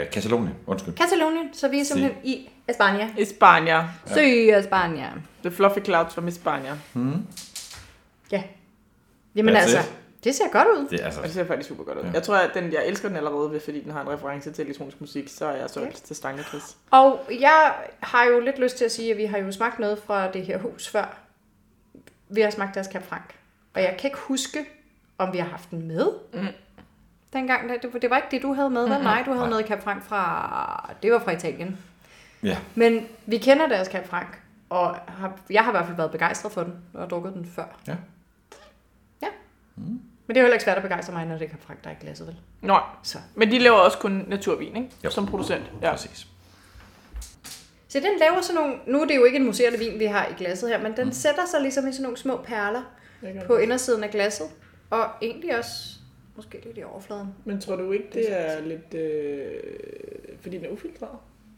[SPEAKER 3] Øh, Katalonien, undskyld.
[SPEAKER 2] Katalonien, så vi er simpelthen i Espanja.
[SPEAKER 1] España.
[SPEAKER 2] Sø i Espanja.
[SPEAKER 1] The Fluffy Clouds from España.
[SPEAKER 2] Ja. Jamen
[SPEAKER 3] That's
[SPEAKER 2] altså,
[SPEAKER 3] it.
[SPEAKER 2] det ser godt ud.
[SPEAKER 3] Det er
[SPEAKER 1] Og det
[SPEAKER 3] altså...
[SPEAKER 1] ser faktisk super godt ud.
[SPEAKER 3] Ja.
[SPEAKER 1] Jeg tror, at den, jeg elsker den allerede, ved, fordi den har en reference til elektronisk musik, så er jeg solgt
[SPEAKER 2] Ja.
[SPEAKER 1] til Stangekris.
[SPEAKER 2] Og jeg har jo lidt lyst til at sige, at vi har jo smagt noget fra det her hus før. Vi har smagt deres Cap Franc. Og jeg kan ikke huske, om vi har haft den med. Mm. Dengang, det- det, det var ikke det, du havde med, vel? Nej, du havde
[SPEAKER 3] Nej.
[SPEAKER 2] noget Cap Franc fra... Det var fra Italien.
[SPEAKER 3] Ja.
[SPEAKER 2] Men vi kender deres Cap Franc, og har, jeg har i hvert fald været begejstret for den, og har drukket den før.
[SPEAKER 3] Ja.
[SPEAKER 2] Ja. Mm. Men det er jo heller ikke svært at begejstre mig, når det er Cap Franc, der er i glasset, vel?
[SPEAKER 1] Nej,
[SPEAKER 2] Så.
[SPEAKER 1] men de laver også kun naturvin, ikke?
[SPEAKER 3] Jo.
[SPEAKER 1] Som producent.
[SPEAKER 3] ja.
[SPEAKER 1] Ja.
[SPEAKER 3] Præcis.
[SPEAKER 2] Så den laver sådan nogle, nu er det jo ikke en muserende vin, vi har i glasset her, men den mm. sætter sig ligesom i sådan nogle små perler på
[SPEAKER 1] Mm.
[SPEAKER 2] indersiden af glasset, og egentlig også måske lidt i overfladen.
[SPEAKER 1] Men tror du ikke, det er lidt... Øh, fordi den er ufiltreret?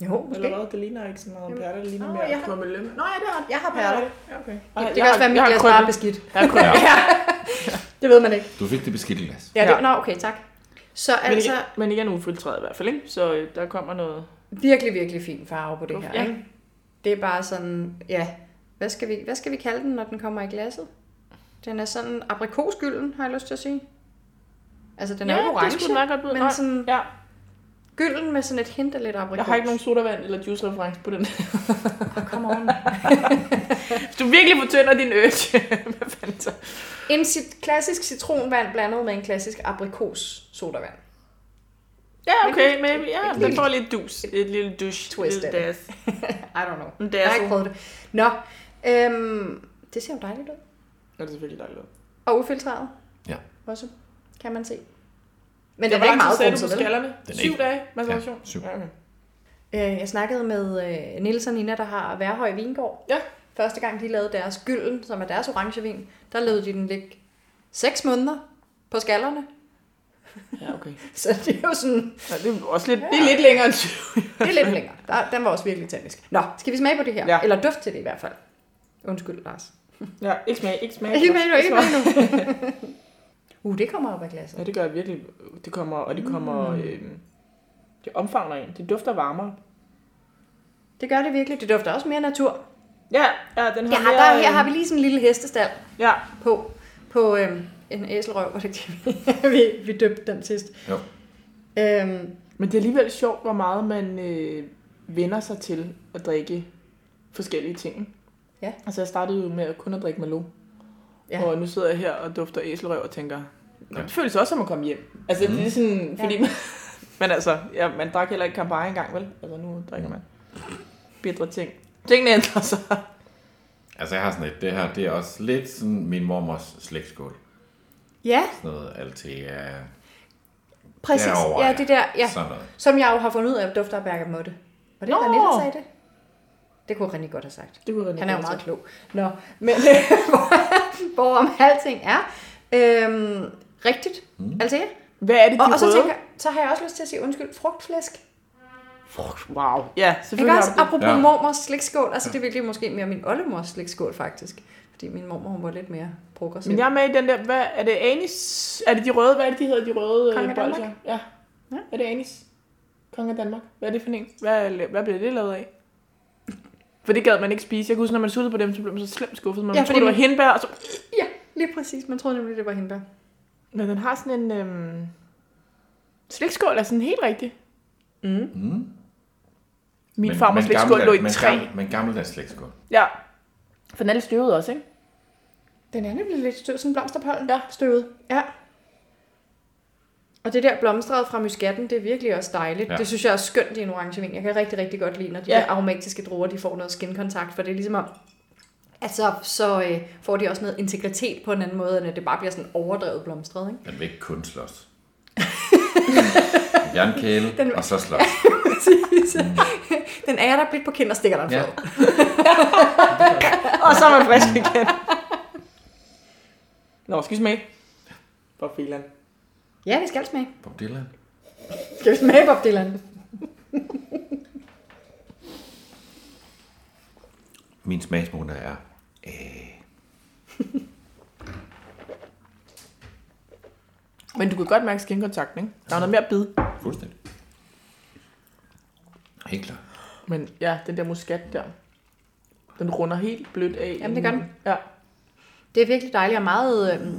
[SPEAKER 2] Jo, måske.
[SPEAKER 1] hvad? Det ligner ikke så meget
[SPEAKER 2] Jamen,
[SPEAKER 1] perler, det
[SPEAKER 2] nå, jeg har-
[SPEAKER 1] krømmel lømme. Nå, ja, det har
[SPEAKER 2] Jeg har
[SPEAKER 1] Ja,
[SPEAKER 2] perler.
[SPEAKER 1] Ja, okay.
[SPEAKER 2] Ja, det kan også være, at mit glas bare er beskidt.
[SPEAKER 1] Jeg har krømmel.
[SPEAKER 3] Ja.
[SPEAKER 2] Det ved man ikke.
[SPEAKER 3] Du fik det beskidte glas.
[SPEAKER 2] Ja,
[SPEAKER 1] Ja.
[SPEAKER 2] det, nå, okay, tak. Så
[SPEAKER 1] Men,
[SPEAKER 2] altså,
[SPEAKER 1] igen, men igen ufiltreret i hvert fald, ikke? Så øh, der kommer noget...
[SPEAKER 2] virkelig, virkelig fin farve på det her.
[SPEAKER 1] Ja.
[SPEAKER 2] Ja. Ikke? Det er bare sådan, ja, hvad skal, vi, hvad skal vi kalde den, når den kommer i glasset? Den er sådan aprikosgylden, har jeg lyst til at sige. Altså, den er jo
[SPEAKER 1] det skulle
[SPEAKER 2] orange,
[SPEAKER 1] meget godt ud.
[SPEAKER 2] men
[SPEAKER 1] Nej.
[SPEAKER 2] sådan
[SPEAKER 1] Ja,
[SPEAKER 2] gylden med sådan et hint af lidt aprikos.
[SPEAKER 1] jeg har ikke nogen sodavand eller juice-reference på den.
[SPEAKER 2] Come on.
[SPEAKER 1] Hvis du virkelig fortønder din urge, hvad fanden så?
[SPEAKER 2] En cit- klassisk citronvand blandet med en klassisk aprikos sodavand.
[SPEAKER 1] Ja,
[SPEAKER 2] Men
[SPEAKER 1] okay, maybe. Ja,
[SPEAKER 2] et
[SPEAKER 1] den
[SPEAKER 2] lille-
[SPEAKER 1] får lidt dus. Et lille douche.
[SPEAKER 2] Twist
[SPEAKER 1] et
[SPEAKER 2] af
[SPEAKER 1] lille
[SPEAKER 2] det.
[SPEAKER 1] das.
[SPEAKER 2] I don't know.
[SPEAKER 1] En
[SPEAKER 2] Jeg har
[SPEAKER 1] dazzle.
[SPEAKER 2] ikke prøvet det. Nå, øhm, det ser jo dejligt ud.
[SPEAKER 1] Ja, det er selvfølgelig dejligt. ud.
[SPEAKER 2] Og ufiltreret.
[SPEAKER 3] Ja.
[SPEAKER 2] Også, kan man se. Men
[SPEAKER 1] Ja,
[SPEAKER 2] det
[SPEAKER 1] hvor
[SPEAKER 2] var ikke
[SPEAKER 1] lang tid sagde du
[SPEAKER 2] meget grumset,
[SPEAKER 1] på
[SPEAKER 2] vel?
[SPEAKER 1] skallerne?
[SPEAKER 3] Den er
[SPEAKER 1] Syv
[SPEAKER 3] ikke-
[SPEAKER 1] dage maceration?
[SPEAKER 3] Ja, syv.
[SPEAKER 1] Ja, okay.
[SPEAKER 2] Øh, Jeg snakkede med øh, Nils og Nina, der har Værhøj Vingård.
[SPEAKER 1] Ja.
[SPEAKER 2] Første gang de lavede deres gylden, som er deres orangevin, der lavede de den ligge 6 måneder på skallerne.
[SPEAKER 1] Ja, okay.
[SPEAKER 2] Så det er jo sådan,
[SPEAKER 1] Ja, det er også lidt, det er lidt længere end syv.
[SPEAKER 2] det er lidt længere. Der, den var også virkelig tannisk. Nå, skal vi smage på det her?
[SPEAKER 1] Ja.
[SPEAKER 2] Eller duft til det i hvert fald. Undskyld, Lars.
[SPEAKER 1] Ja, ikke smag, ikke smag.
[SPEAKER 2] Ikke med nu, ikke
[SPEAKER 1] smag.
[SPEAKER 2] med nu. uh, det kommer op af glasset.
[SPEAKER 1] Ja, det gør jeg virkelig. Det kommer, og det kommer, øh, det omfavner en. Det dufter varmere.
[SPEAKER 2] Det gør det virkelig. Det dufter også mere natur.
[SPEAKER 1] Ja, ja, den har
[SPEAKER 2] Ja,
[SPEAKER 1] mere,
[SPEAKER 2] der, her
[SPEAKER 1] øh,
[SPEAKER 2] har vi lige sådan en lille hestestal
[SPEAKER 1] Ja,
[SPEAKER 2] på, på øhm, en æselrøv, var det ikke det, vi, vi døbte den sidst.
[SPEAKER 3] Jo.
[SPEAKER 2] Øhm,
[SPEAKER 1] men det er alligevel sjovt, hvor meget man øh, vender sig til at drikke forskellige ting.
[SPEAKER 2] Ja.
[SPEAKER 1] Altså, jeg startede jo med kun at drikke Malo. Ja.
[SPEAKER 2] Ja.
[SPEAKER 1] Og nu sidder jeg her og dufter æselrøv og tænker, ja.
[SPEAKER 3] Ja.
[SPEAKER 1] det føles også som at komme hjem. Altså, mm. det er sådan, fordi man, men altså, ja, man drak heller ikke Campari engang, vel? Altså, nu drikker man bitre ting. Tingene ændrer sig.
[SPEAKER 3] Altså jeg har sådan et, det her, det er også lidt sådan min mormors slægtskål.
[SPEAKER 2] ja,
[SPEAKER 3] Sådan noget Altea,
[SPEAKER 2] præcis.
[SPEAKER 3] Derovre,
[SPEAKER 2] ja,
[SPEAKER 3] ja.
[SPEAKER 2] det der, ja,
[SPEAKER 3] sådan noget.
[SPEAKER 2] som jeg jo har fundet ud af, dufter af bergamotte. Var det ikke,
[SPEAKER 1] Nå!
[SPEAKER 2] René, der sagde det? Det kunne René godt have sagt.
[SPEAKER 1] Det kunne jeg
[SPEAKER 2] Han er jo
[SPEAKER 1] rigtig
[SPEAKER 2] meget
[SPEAKER 1] godt.
[SPEAKER 2] klog. Nå, men hvor om alting er øhm, rigtigt. Mm. Altså, ja.
[SPEAKER 1] Hvad er det, de
[SPEAKER 2] Og, og så,
[SPEAKER 1] røde?
[SPEAKER 2] tænker, så har jeg også lyst til at sige undskyld, frugtflæsk.
[SPEAKER 1] Wow. Ja,
[SPEAKER 2] Ikke
[SPEAKER 1] selvfølgelig
[SPEAKER 2] også?
[SPEAKER 1] har du det.
[SPEAKER 2] Apropos
[SPEAKER 3] Ja.
[SPEAKER 2] ja. mormors slikskål. Altså, det er virkelig måske mere min oldemors slikskål, faktisk. Fordi min mormor, hun var lidt mere progressiv.
[SPEAKER 1] Men jeg er med i den der, hvad, er det anis? Er det de røde? Hvad er det, de hedder, de røde øh,
[SPEAKER 2] Kong af
[SPEAKER 1] bolsjer?
[SPEAKER 2] Danmark.
[SPEAKER 1] Ja.
[SPEAKER 2] Ja.
[SPEAKER 1] Er det anis? Konge af Danmark. Hvad er det for en? Hvad, hvad bliver det lavet af? For det gad man ikke spise. Jeg kan huske, når man suttede på dem, så blev man så slemt skuffet. Man
[SPEAKER 2] Ja,
[SPEAKER 1] ja, troede,
[SPEAKER 2] fordi
[SPEAKER 1] det var hindbær, og så...
[SPEAKER 2] Ja, lige præcis. Man troede nemlig, det var hende
[SPEAKER 1] Men den har sådan en... Øhm... Slikskål er sådan helt rigtig.
[SPEAKER 2] Mm.
[SPEAKER 3] Mm.
[SPEAKER 1] Min farmors slikskål lå i træ.
[SPEAKER 3] Men gammeldags slægtskål.
[SPEAKER 1] Ja. For den er lidt støvet også, ikke?
[SPEAKER 2] Den anden blev lidt støvet, sådan blomsterpollen. Ja. Støvet. Ja. Og det der blomstrede fra muskatten, det er virkelig også dejligt.
[SPEAKER 3] Ja.
[SPEAKER 2] Ja. Det synes jeg er skønt i en orangevin. Jeg kan rigtig, rigtig godt lide, når de
[SPEAKER 1] Ja.
[SPEAKER 2] ja. der afmægtiske druer, de får noget skinkontakt, for det er ligesom om, at så, så øh, får de også noget integritet på en anden måde, end at det bare bliver sådan overdrevet blomstret, ikke?
[SPEAKER 3] Den vil ikke kun slås. Jernkæle,
[SPEAKER 2] Den-
[SPEAKER 3] og så slås.
[SPEAKER 2] Den er der lidt på kind og stikker dig en
[SPEAKER 3] Ja.
[SPEAKER 2] flad.
[SPEAKER 1] Og så er man frisk igen. Nå, skal vi smage? For filan.
[SPEAKER 2] Ja, vi skal smage.
[SPEAKER 3] Bob Dylan.
[SPEAKER 2] Skal vi smage, Bob Dylan?
[SPEAKER 3] Min smagsmåne er... Øh,
[SPEAKER 1] Men du kan godt mærke skinkontakten, ikke? Der er noget mere bid.
[SPEAKER 3] fuldstændig. Helt klart.
[SPEAKER 1] Men ja, den der muskat der. Den runder helt blødt af.
[SPEAKER 2] Jamen, det gør den.
[SPEAKER 1] Ja.
[SPEAKER 2] Det er virkelig dejligt og meget, øh,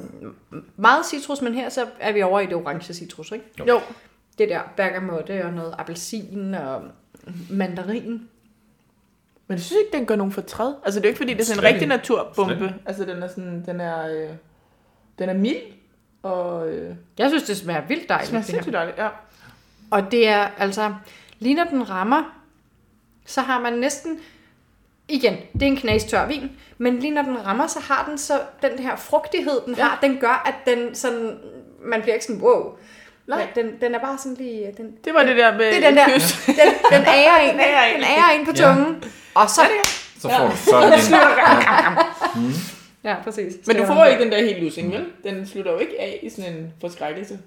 [SPEAKER 2] meget citrus, men her så er vi over i det orange citrus, ikke?
[SPEAKER 3] Jo.
[SPEAKER 1] Jo.
[SPEAKER 2] Det der bergamotte og noget appelsin og mandarin.
[SPEAKER 1] Men jeg synes ikke, den gør nogen fortræd. Altså, det er jo ikke, fordi det er sådan en
[SPEAKER 3] Slet
[SPEAKER 1] rigtig
[SPEAKER 3] ikke.
[SPEAKER 1] naturbombe.
[SPEAKER 3] Slet
[SPEAKER 1] Altså, den er sådan, den er, øh, den er mild. Og øh, det
[SPEAKER 2] Jeg synes, det smager vildt dejligt.
[SPEAKER 1] smager
[SPEAKER 2] det her.
[SPEAKER 1] sindssygt dejligt, ja.
[SPEAKER 2] og det er altså, lige når den rammer, så har man næsten, igen, det er en knastør vin, men lige når den rammer, så har den så den her frugtighed, den ja. har, den gør, at den sådan, man bliver ikke sådan, wow.
[SPEAKER 1] Nej.
[SPEAKER 2] Nej, den, den er bare sådan lige, den,
[SPEAKER 1] Det var det der med
[SPEAKER 2] Det er den der.
[SPEAKER 1] kys.
[SPEAKER 2] den, den ærer en,
[SPEAKER 1] Den ærer en.
[SPEAKER 2] den ærer en på
[SPEAKER 3] Ja.
[SPEAKER 2] tungen. Og så,
[SPEAKER 3] Så får du sådan en...
[SPEAKER 2] ja, præcis.
[SPEAKER 1] Men du
[SPEAKER 2] Skal
[SPEAKER 1] får
[SPEAKER 2] man-
[SPEAKER 1] ikke den der helt lusing, vel? Den slutter jo ikke af i sådan en forskrækkelse.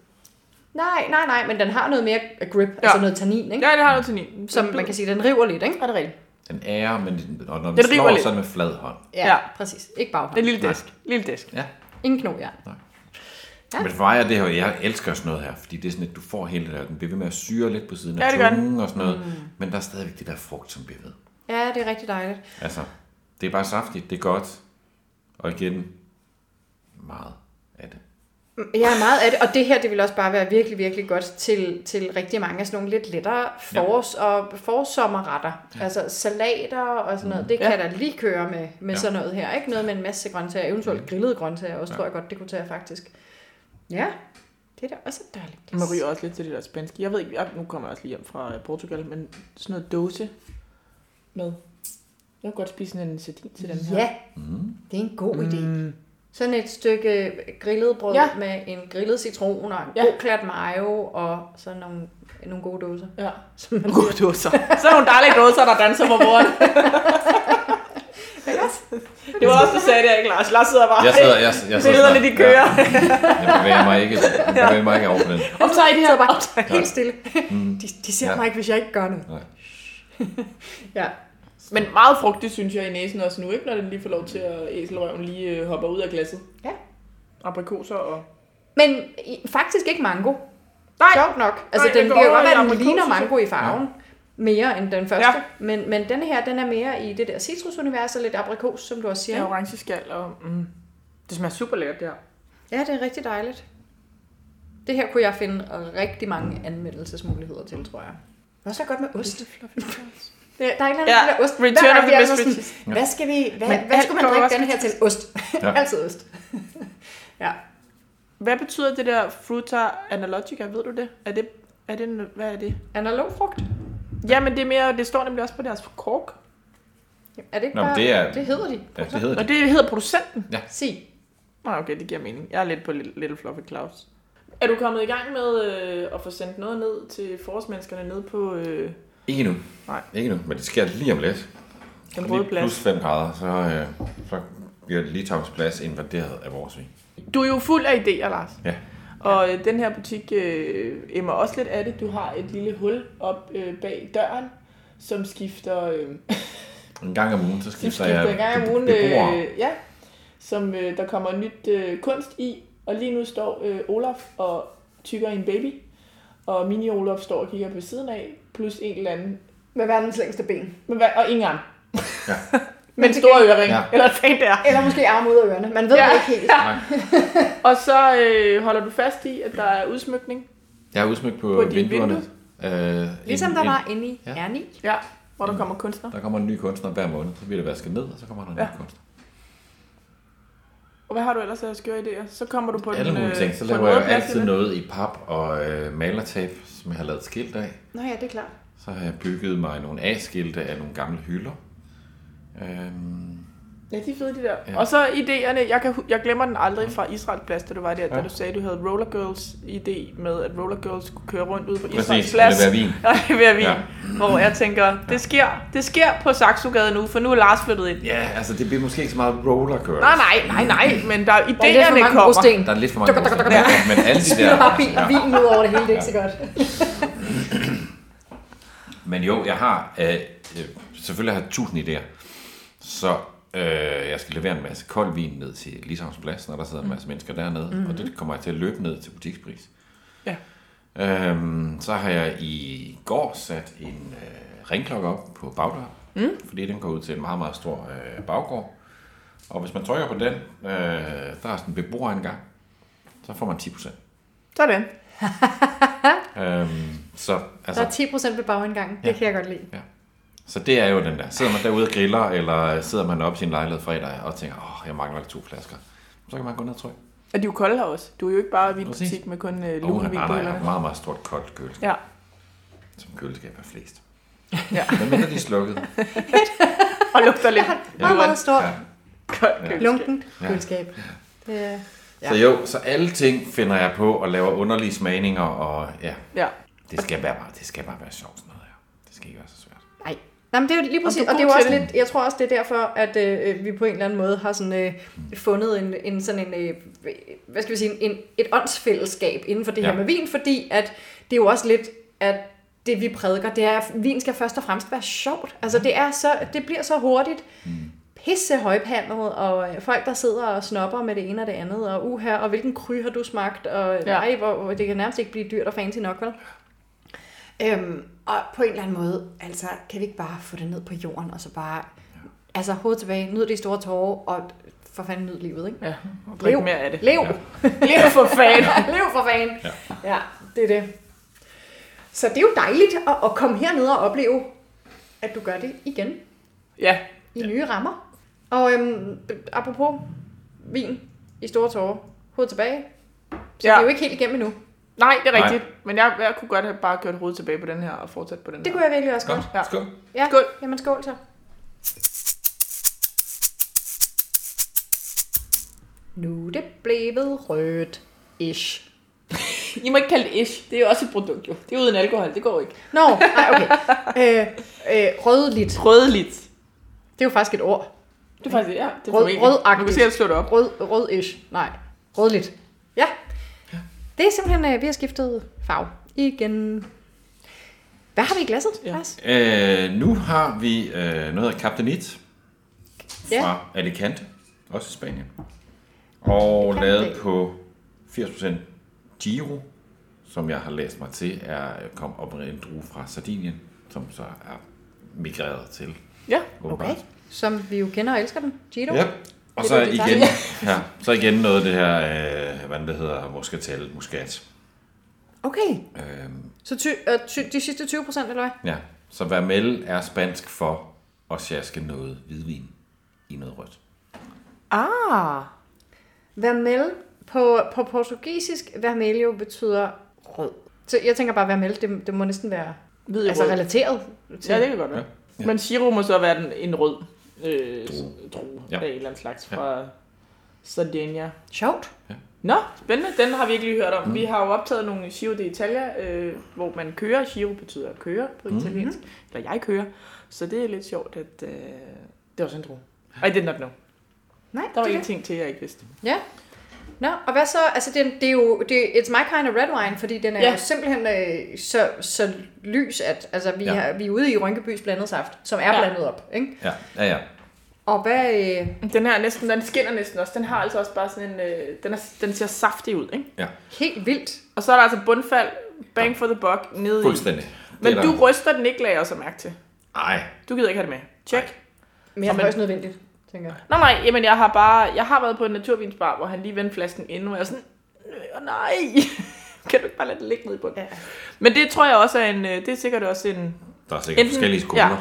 [SPEAKER 2] Nej, nej, nej, men den har noget mere grip, ja. altså noget tannin, ikke?
[SPEAKER 1] Ja, det har noget tannin.
[SPEAKER 2] Som man kan sige, den river lidt, ikke?
[SPEAKER 1] Er det rigtigt?
[SPEAKER 3] Den ære, men den, og når den,
[SPEAKER 1] Den
[SPEAKER 3] den
[SPEAKER 1] river
[SPEAKER 3] slår,
[SPEAKER 1] lidt.
[SPEAKER 3] så er den med flad hånd.
[SPEAKER 1] Ja.
[SPEAKER 2] præcis. Ikke
[SPEAKER 1] Den
[SPEAKER 2] baghånd.
[SPEAKER 1] lille disk. Lille disk.
[SPEAKER 3] Ja.
[SPEAKER 2] Ingen knogjern. Ja.
[SPEAKER 3] Men for mig er det her, jeg elsker sådan noget her, fordi det er sådan, at du får hele det der, den bliver ved med at syre lidt på siden
[SPEAKER 1] Ja,
[SPEAKER 3] af
[SPEAKER 1] det gør den.
[SPEAKER 3] tungen og sådan noget, mm. men der er stadigvæk det der frugt, som bliver ved.
[SPEAKER 2] Ja, det er rigtig dejligt.
[SPEAKER 3] Altså, det er bare saftigt, det er godt, og igen, meget af det.
[SPEAKER 2] Jeg er meget af det, og det her, det vil også bare være virkelig, virkelig godt til, til rigtig mange af sådan nogle lidt lettere forårs- og forsommerretter. Ja. Altså salater og sådan noget, det kan ja. der lige køre med, med
[SPEAKER 3] Ja.
[SPEAKER 2] ja. sådan noget her. Ikke noget med en masse grøntsager, eventuelt grillede grøntsager også, ja. tror jeg godt, det kunne tage faktisk. Ja, det er da også et dejligt glas.
[SPEAKER 1] Man ryger også lidt til det der spanske. Jeg ved ikke, jeg, nu kommer jeg også lige hjem fra øh, Portugal, men sådan noget dåse med. Jeg kunne godt spise sådan en sardin til den her.
[SPEAKER 2] Ja, mm. det er en god idé. Sådan et stykke grillet brød
[SPEAKER 1] Ja.
[SPEAKER 2] ja. med en grillet citron og en
[SPEAKER 1] Ja.
[SPEAKER 2] ja. god klat mayo og sådan nogle, nogle gode dåser.
[SPEAKER 1] Ja.
[SPEAKER 2] Som man
[SPEAKER 1] Gode dåser. Så er nogle dejlige dåser, der danser på bordet. Det var også, du sagde det, ikke Lars? Lars sidder bare.
[SPEAKER 3] Jeg sidder, jeg, jeg sidder
[SPEAKER 1] Billederne, de
[SPEAKER 3] sådan-
[SPEAKER 1] kører.
[SPEAKER 3] Ja, jeg bevæger mig ikke, jeg bevæger mig ikke over på den.
[SPEAKER 1] Optager I det her?
[SPEAKER 2] Så bare helt stille.
[SPEAKER 3] Mm.
[SPEAKER 2] De, de ser
[SPEAKER 3] Ja.
[SPEAKER 2] ja. mig ikke, hvis jeg ikke gør noget.
[SPEAKER 3] Nej.
[SPEAKER 2] ja.
[SPEAKER 1] Men meget frugtigt, synes jeg, i næsen også nu, ikke? Når den lige får lov til at æselrøven lige øh, hopper ud af glasset.
[SPEAKER 2] Ja.
[SPEAKER 1] Aprikoser og...
[SPEAKER 2] Men i, faktisk ikke mango.
[SPEAKER 1] Nej!
[SPEAKER 2] Sjovt nok. Altså,
[SPEAKER 1] Nej, det
[SPEAKER 2] den,
[SPEAKER 1] går
[SPEAKER 2] det kan jo
[SPEAKER 1] over
[SPEAKER 2] godt
[SPEAKER 1] i
[SPEAKER 2] være, at den
[SPEAKER 1] aprikos,
[SPEAKER 2] ligner
[SPEAKER 1] synes jeg.
[SPEAKER 2] mango i farven. Ja. Mere end den første.
[SPEAKER 1] Ja.
[SPEAKER 2] Ja. Men, men den her, den er mere i det der citrusunivers og lidt aprikos, som du også siger.
[SPEAKER 1] Ja,
[SPEAKER 2] Ja,
[SPEAKER 1] orange skal og... Mm. Det smager super lækkert, det her.
[SPEAKER 2] ja det er rigtig dejligt. Det her kunne jeg finde rigtig mange anmeldelsesmuligheder til, tror jeg. Det er også godt med ost. Det, der er ikke noget,
[SPEAKER 1] Ja,
[SPEAKER 2] ja. der ost. Hver
[SPEAKER 1] Return
[SPEAKER 2] gang
[SPEAKER 1] of the
[SPEAKER 2] vi er
[SPEAKER 1] best
[SPEAKER 2] sådan,
[SPEAKER 1] riches.
[SPEAKER 2] Hvad skal vi... Hvad,
[SPEAKER 1] Men
[SPEAKER 2] hvad
[SPEAKER 1] alt
[SPEAKER 2] skulle man
[SPEAKER 1] kommer
[SPEAKER 2] drikke
[SPEAKER 1] også
[SPEAKER 2] den her til? Ost.
[SPEAKER 3] Ja.
[SPEAKER 2] Ja. Altid ost.
[SPEAKER 1] Hvad betyder det der fruta analogica? Ved du det? Er det, er det en, hvad er det?
[SPEAKER 2] Analog frugt.
[SPEAKER 1] Jamen det er mere, det står nemlig også på deres kork.
[SPEAKER 2] Er det ikke
[SPEAKER 3] Nå, men
[SPEAKER 2] bare...
[SPEAKER 3] det er-
[SPEAKER 2] det hedder de.
[SPEAKER 3] Ja, det hedder
[SPEAKER 1] Og
[SPEAKER 3] det.
[SPEAKER 1] det hedder producenten.
[SPEAKER 2] Sig.
[SPEAKER 1] Nå okay, det giver mening. Jeg er lidt på Little, little Fluffy Claus. Er du kommet i gang med øh, at få sendt noget ned til forårsmenneskerne ned på øh,
[SPEAKER 3] Ikke nu.
[SPEAKER 1] Nej.
[SPEAKER 3] Ikke nu, men det sker lige om lidt.
[SPEAKER 1] den
[SPEAKER 3] Lige
[SPEAKER 1] røde plads?
[SPEAKER 3] plus 5 grader, så, øh, så bliver Litauens plads invaderet af vores vin.
[SPEAKER 1] Du er jo fuld af idéer, Lars.
[SPEAKER 3] Ja.
[SPEAKER 1] Og øh, den her butik øh, emmer også lidt af det. Du har et lille hul op øh, bag døren, som skifter, øh,
[SPEAKER 3] En gang om ugen, så
[SPEAKER 1] som
[SPEAKER 3] skifter
[SPEAKER 1] skifter
[SPEAKER 3] jeg
[SPEAKER 1] en gang om ugen.
[SPEAKER 3] beboere.
[SPEAKER 1] Øh, ja, som øh, der kommer nyt øh, kunst i. Og lige nu står øh, Olaf og tykker en baby. Og Mini Olaf står og kigger på siden af, plus en eller anden.
[SPEAKER 2] Med verdens længste ben.
[SPEAKER 1] Men hvad, og ingen arm.
[SPEAKER 3] Ja.
[SPEAKER 1] Men store øring,
[SPEAKER 3] Ja.
[SPEAKER 1] ja. eller tænk der.
[SPEAKER 2] Eller måske arm ud af ørerne. Man ved
[SPEAKER 1] Ja.
[SPEAKER 2] det ikke helt.
[SPEAKER 3] Nej.
[SPEAKER 1] Og så øh, holder du fast i, at der er udsmykning.
[SPEAKER 3] Jeg har udsmykt på,
[SPEAKER 1] På dit
[SPEAKER 3] vinduerne. Øh,
[SPEAKER 2] Ligesom
[SPEAKER 3] en-
[SPEAKER 2] der
[SPEAKER 3] en-
[SPEAKER 2] var inde i
[SPEAKER 3] Ja.
[SPEAKER 2] Ernie.
[SPEAKER 1] Ja, hvor der kommer kunstner.
[SPEAKER 3] Der kommer en ny kunstner hver måned, så bliver det vasket ned, og så kommer der en ja. ny
[SPEAKER 1] Ja.
[SPEAKER 3] kunstner.
[SPEAKER 1] Og hvad har du ellers af skøre idéer? Så kommer du på
[SPEAKER 3] Alle
[SPEAKER 1] den, øh,
[SPEAKER 3] mulige ting. Så
[SPEAKER 1] på en
[SPEAKER 3] laver jeg jo
[SPEAKER 1] rådplads
[SPEAKER 3] altid
[SPEAKER 1] igen.
[SPEAKER 3] noget i pap og øh, malertape, som jeg har lavet skilt af.
[SPEAKER 2] Nå ja, det er klart.
[SPEAKER 3] Så har jeg bygget mig nogle A-skilte af nogle gamle hylder. Øhm,
[SPEAKER 1] Ja, de er fede, de der.
[SPEAKER 3] Ja.
[SPEAKER 1] Ja. Og så idéerne, jeg, kan, hu- jeg glemmer den aldrig fra Israels plads, da du var der, ja.
[SPEAKER 3] Ja.
[SPEAKER 1] da du sagde, du havde Roller Girls idé med, at Roller Girls skulle køre rundt ude på Israels
[SPEAKER 3] præcis, det vil
[SPEAKER 1] plads.
[SPEAKER 3] være vin.
[SPEAKER 1] Og ved at vi,
[SPEAKER 3] Ja.
[SPEAKER 1] ja. hvor jeg tænker, det sker, det sker på Saxogade nu, for nu er Lars flyttet ind.
[SPEAKER 3] Ja, altså det bliver måske ikke så meget roller girls.
[SPEAKER 1] Nej, nej, nej, nej, men der er
[SPEAKER 2] Der er lidt for
[SPEAKER 1] idéerne
[SPEAKER 2] mange
[SPEAKER 1] kommer.
[SPEAKER 2] brosten.
[SPEAKER 3] Der er lidt for mange
[SPEAKER 2] Dukker, dukker,
[SPEAKER 3] brosten.
[SPEAKER 2] dukker,
[SPEAKER 3] Ja, Men alle de
[SPEAKER 2] Der
[SPEAKER 3] der... Altså-
[SPEAKER 2] har bil og vin ud over det hele, det er ikke så godt.
[SPEAKER 3] Men jo, jeg har... Øh, øh, selvfølgelig har jeg tusind idéer. Så øh, jeg skal levere en masse kold vin ned til Lishavns Plads, når der sidder en masse mennesker dernede. Mm. Mm-hmm. Og det kommer jeg til at løbe ned til butikspris.
[SPEAKER 1] Ja.
[SPEAKER 3] Øhm, så har jeg i går sat en øh, ringklokke op på bagdøren. Mm. Fordi den går ud til en meget, meget stor øh, baggård. Og hvis man trykker på den, øh, der er sådan en beboerangang, så får man 10%.
[SPEAKER 1] Sådan.
[SPEAKER 3] Øhm, så,
[SPEAKER 2] Der
[SPEAKER 3] altså,
[SPEAKER 2] er 10% ved bagindgangen. Det
[SPEAKER 3] Ja.
[SPEAKER 2] kan jeg godt lide.
[SPEAKER 3] Så det er jo den der. Sidder man derude og griller, eller øh, sidder man oppe i sin lejlighed fredag og tænker, åh, oh, jeg mangler lige to flasker. Så kan man gå ned og trykke.
[SPEAKER 1] Og de er jo kolde her også. Du er jo ikke bare i
[SPEAKER 3] Præcis.
[SPEAKER 1] butik med kun øh,
[SPEAKER 3] Og hun har
[SPEAKER 1] lune vin på
[SPEAKER 3] bare et
[SPEAKER 1] hylderne.
[SPEAKER 3] meget, meget stort koldt køleskab,
[SPEAKER 1] Ja.
[SPEAKER 3] som køleskab er flest.
[SPEAKER 1] Ja.
[SPEAKER 3] Men mindre de er slukket.
[SPEAKER 1] Og lugter lidt.
[SPEAKER 2] Meget, meget stort.
[SPEAKER 3] Ja.
[SPEAKER 1] Koldt køl.
[SPEAKER 2] Lunken
[SPEAKER 3] Ja.
[SPEAKER 2] køleskab. Det er-
[SPEAKER 3] Så jo, så alle ting finder jeg på og laver underlige smagninger, og ja,
[SPEAKER 1] Ja.
[SPEAKER 3] det skal bare, bare, det skal bare være sjovt sådan noget her. Det skal ikke være så svært.
[SPEAKER 2] Nej. Nej, men det er jo lige præcis, og,
[SPEAKER 1] Og du er
[SPEAKER 2] det er jo
[SPEAKER 1] god
[SPEAKER 2] også
[SPEAKER 1] til
[SPEAKER 2] lidt, jeg tror også, det er derfor, at øh, vi på en eller anden måde har sådan, øh, fundet en, en sådan en, øh, hvad skal vi sige, en, et åndsfællesskab inden for det
[SPEAKER 3] Ja.
[SPEAKER 2] her med vin, fordi at det er jo også lidt, at det vi prædiker, det er, at vin skal først og fremmest være sjovt. Altså det, er så, det bliver så hurtigt pisse højpandet, og øh, folk, der sidder og snopper med det ene og det andet, og uha, og hvilken kry har du smagt, og
[SPEAKER 1] Ja.
[SPEAKER 2] nej, hvor, hvor, det kan nærmest ikke blive dyrt og fancy nok, vel? Øhm, og på en eller anden måde, altså, kan vi ikke bare få det ned på jorden, og så bare, altså, hovedet tilbage, nyd de store tårer, og for fanden nyd livet, ikke?
[SPEAKER 1] Ja. Og drik
[SPEAKER 2] Lev.
[SPEAKER 1] mere af det.
[SPEAKER 2] Lev!
[SPEAKER 3] Ja.
[SPEAKER 1] Lev for fanden.
[SPEAKER 2] Lev for fanden!
[SPEAKER 3] Ja.
[SPEAKER 2] ja, det er det. Så det er jo dejligt at, at komme herned og opleve, at du gør det igen
[SPEAKER 1] Ja,
[SPEAKER 2] i nye rammer. Og øhm, apropos vin i store tårer, hovedet tilbage, så ja.
[SPEAKER 1] Ja.
[SPEAKER 2] det er jo ikke helt igennem endnu.
[SPEAKER 1] Nej, det er
[SPEAKER 3] Nej.
[SPEAKER 1] rigtigt. Men jeg, jeg kunne godt have bare kørt hovedet tilbage på den her og fortsat på den
[SPEAKER 2] Det
[SPEAKER 1] her.
[SPEAKER 2] kunne jeg virkelig også
[SPEAKER 3] Kom,
[SPEAKER 2] godt.
[SPEAKER 1] Ja.
[SPEAKER 3] skål.
[SPEAKER 2] Ja,
[SPEAKER 1] Skål.
[SPEAKER 2] jamen skål så. Nu er det blevet rødt. Ish.
[SPEAKER 1] I må ikke kalde det ish. Det er jo også et produkt, jo. Det er uden alkohol. Det går ikke.
[SPEAKER 2] Nå, nej, okay. Øh, øh, rødligt.
[SPEAKER 1] Rødligt.
[SPEAKER 2] Det er jo faktisk et ord.
[SPEAKER 1] Det er faktisk, ja. Det er
[SPEAKER 2] Rød-
[SPEAKER 1] formentlig.
[SPEAKER 2] rødagtigt.
[SPEAKER 1] Du kan se, at slå det op.
[SPEAKER 2] Rød, rødish. Nej, rødligt. Ja. Det er simpelthen, øh, vi har skiftet farve igen. Hvad har vi i glasset,
[SPEAKER 1] Ja.
[SPEAKER 2] Lars?
[SPEAKER 3] Øh, nu har vi øh, noget af Captainit
[SPEAKER 2] Ja.
[SPEAKER 3] fra Alicante, også i Spanien. Og
[SPEAKER 2] Alicante.
[SPEAKER 3] lavet på 80% Giro, som jeg har læst mig til, er kom oprindeligt en drue fra Sardinien, som så er migreret til.
[SPEAKER 1] Ja.
[SPEAKER 3] åbenbart.
[SPEAKER 2] Okay. Som vi jo kender og elsker den. Gido.
[SPEAKER 3] Ja. Og
[SPEAKER 2] Det
[SPEAKER 3] så
[SPEAKER 2] er det, de
[SPEAKER 3] igen, ja, så igen noget af det her, øh, hvad det hedder, muscatel, muskat.
[SPEAKER 2] Okay.
[SPEAKER 3] Øh,
[SPEAKER 2] Så ty, øh, ty, de sidste 20 procent, eller hvad?
[SPEAKER 3] ja. Så vermel er spansk for at sjaske noget hvidvin i noget rødt.
[SPEAKER 1] Ah.
[SPEAKER 2] Vermel på, på portugisisk, vermelho jo betyder rød. Så jeg tænker bare, vermel, det, det må næsten være
[SPEAKER 1] Hvid
[SPEAKER 2] altså,
[SPEAKER 1] altså, rød.
[SPEAKER 2] relateret til.
[SPEAKER 1] Ja, det kan godt være.
[SPEAKER 3] Ja.
[SPEAKER 1] Ja. Men Shiro må så være den, en rød øh,
[SPEAKER 3] Drue.
[SPEAKER 1] drue
[SPEAKER 3] Ja.
[SPEAKER 1] ja. af en eller anden slags
[SPEAKER 3] Ja.
[SPEAKER 1] fra Sardinia.
[SPEAKER 2] Sjovt.
[SPEAKER 1] Nå, spændende. Den har vi ikke lige hørt om. Mm. Vi har jo optaget nogle Giro d'Italia, øh, hvor man kører. Giro betyder at køre på
[SPEAKER 3] Mhm.
[SPEAKER 1] mm. italiensk. Eller jeg kører. Så det er lidt sjovt, at øh, det var sådan en drue. I did not know.
[SPEAKER 2] Nej,
[SPEAKER 1] Der var
[SPEAKER 2] det er
[SPEAKER 1] en
[SPEAKER 2] det.
[SPEAKER 1] ting til, jeg ikke vidste.
[SPEAKER 2] Ja. Nå, og hvad så? Altså, det, det er jo, det, it's my kind of red wine, fordi den er ja.
[SPEAKER 1] Ja.
[SPEAKER 2] jo simpelthen øh, så, så lys, at altså, vi,
[SPEAKER 3] Ja.
[SPEAKER 2] ja. har, vi er ude i Rynkebys blandet saft, som er ja.
[SPEAKER 1] Ja.
[SPEAKER 2] blandet op. Ikke?
[SPEAKER 3] Ja, ja, ja.
[SPEAKER 2] Og hvad... Øh,
[SPEAKER 1] Den her er næsten, den skinner næsten også. Den har altså også bare sådan en, øh, den, er, den ser saftig ud, ikke?
[SPEAKER 2] helt vildt.
[SPEAKER 1] Og så er der altså bundfald, bang for the buck, nede i.
[SPEAKER 3] Fuldstændig.
[SPEAKER 1] Men
[SPEAKER 3] Det er
[SPEAKER 1] du
[SPEAKER 3] der-
[SPEAKER 1] ryster den ikke, lagde jeg også mærke til.
[SPEAKER 3] Ej,
[SPEAKER 1] Du gider ikke have det med. Check. Og
[SPEAKER 2] Mere end
[SPEAKER 1] man-
[SPEAKER 2] højst nødvendigt, tænker jeg.
[SPEAKER 1] Nej, nej, jamen jeg har bare, jeg har været på en naturvinsbar, hvor han lige vendte flasken ind, og jeg er sådan, øh, nej, kan du ikke bare lade det ligge nede i bunden?
[SPEAKER 2] Ja.
[SPEAKER 1] Men det tror jeg også er en, øh, det er sikkert også en,
[SPEAKER 3] der er sikkert forskellige skoler.
[SPEAKER 1] Ja,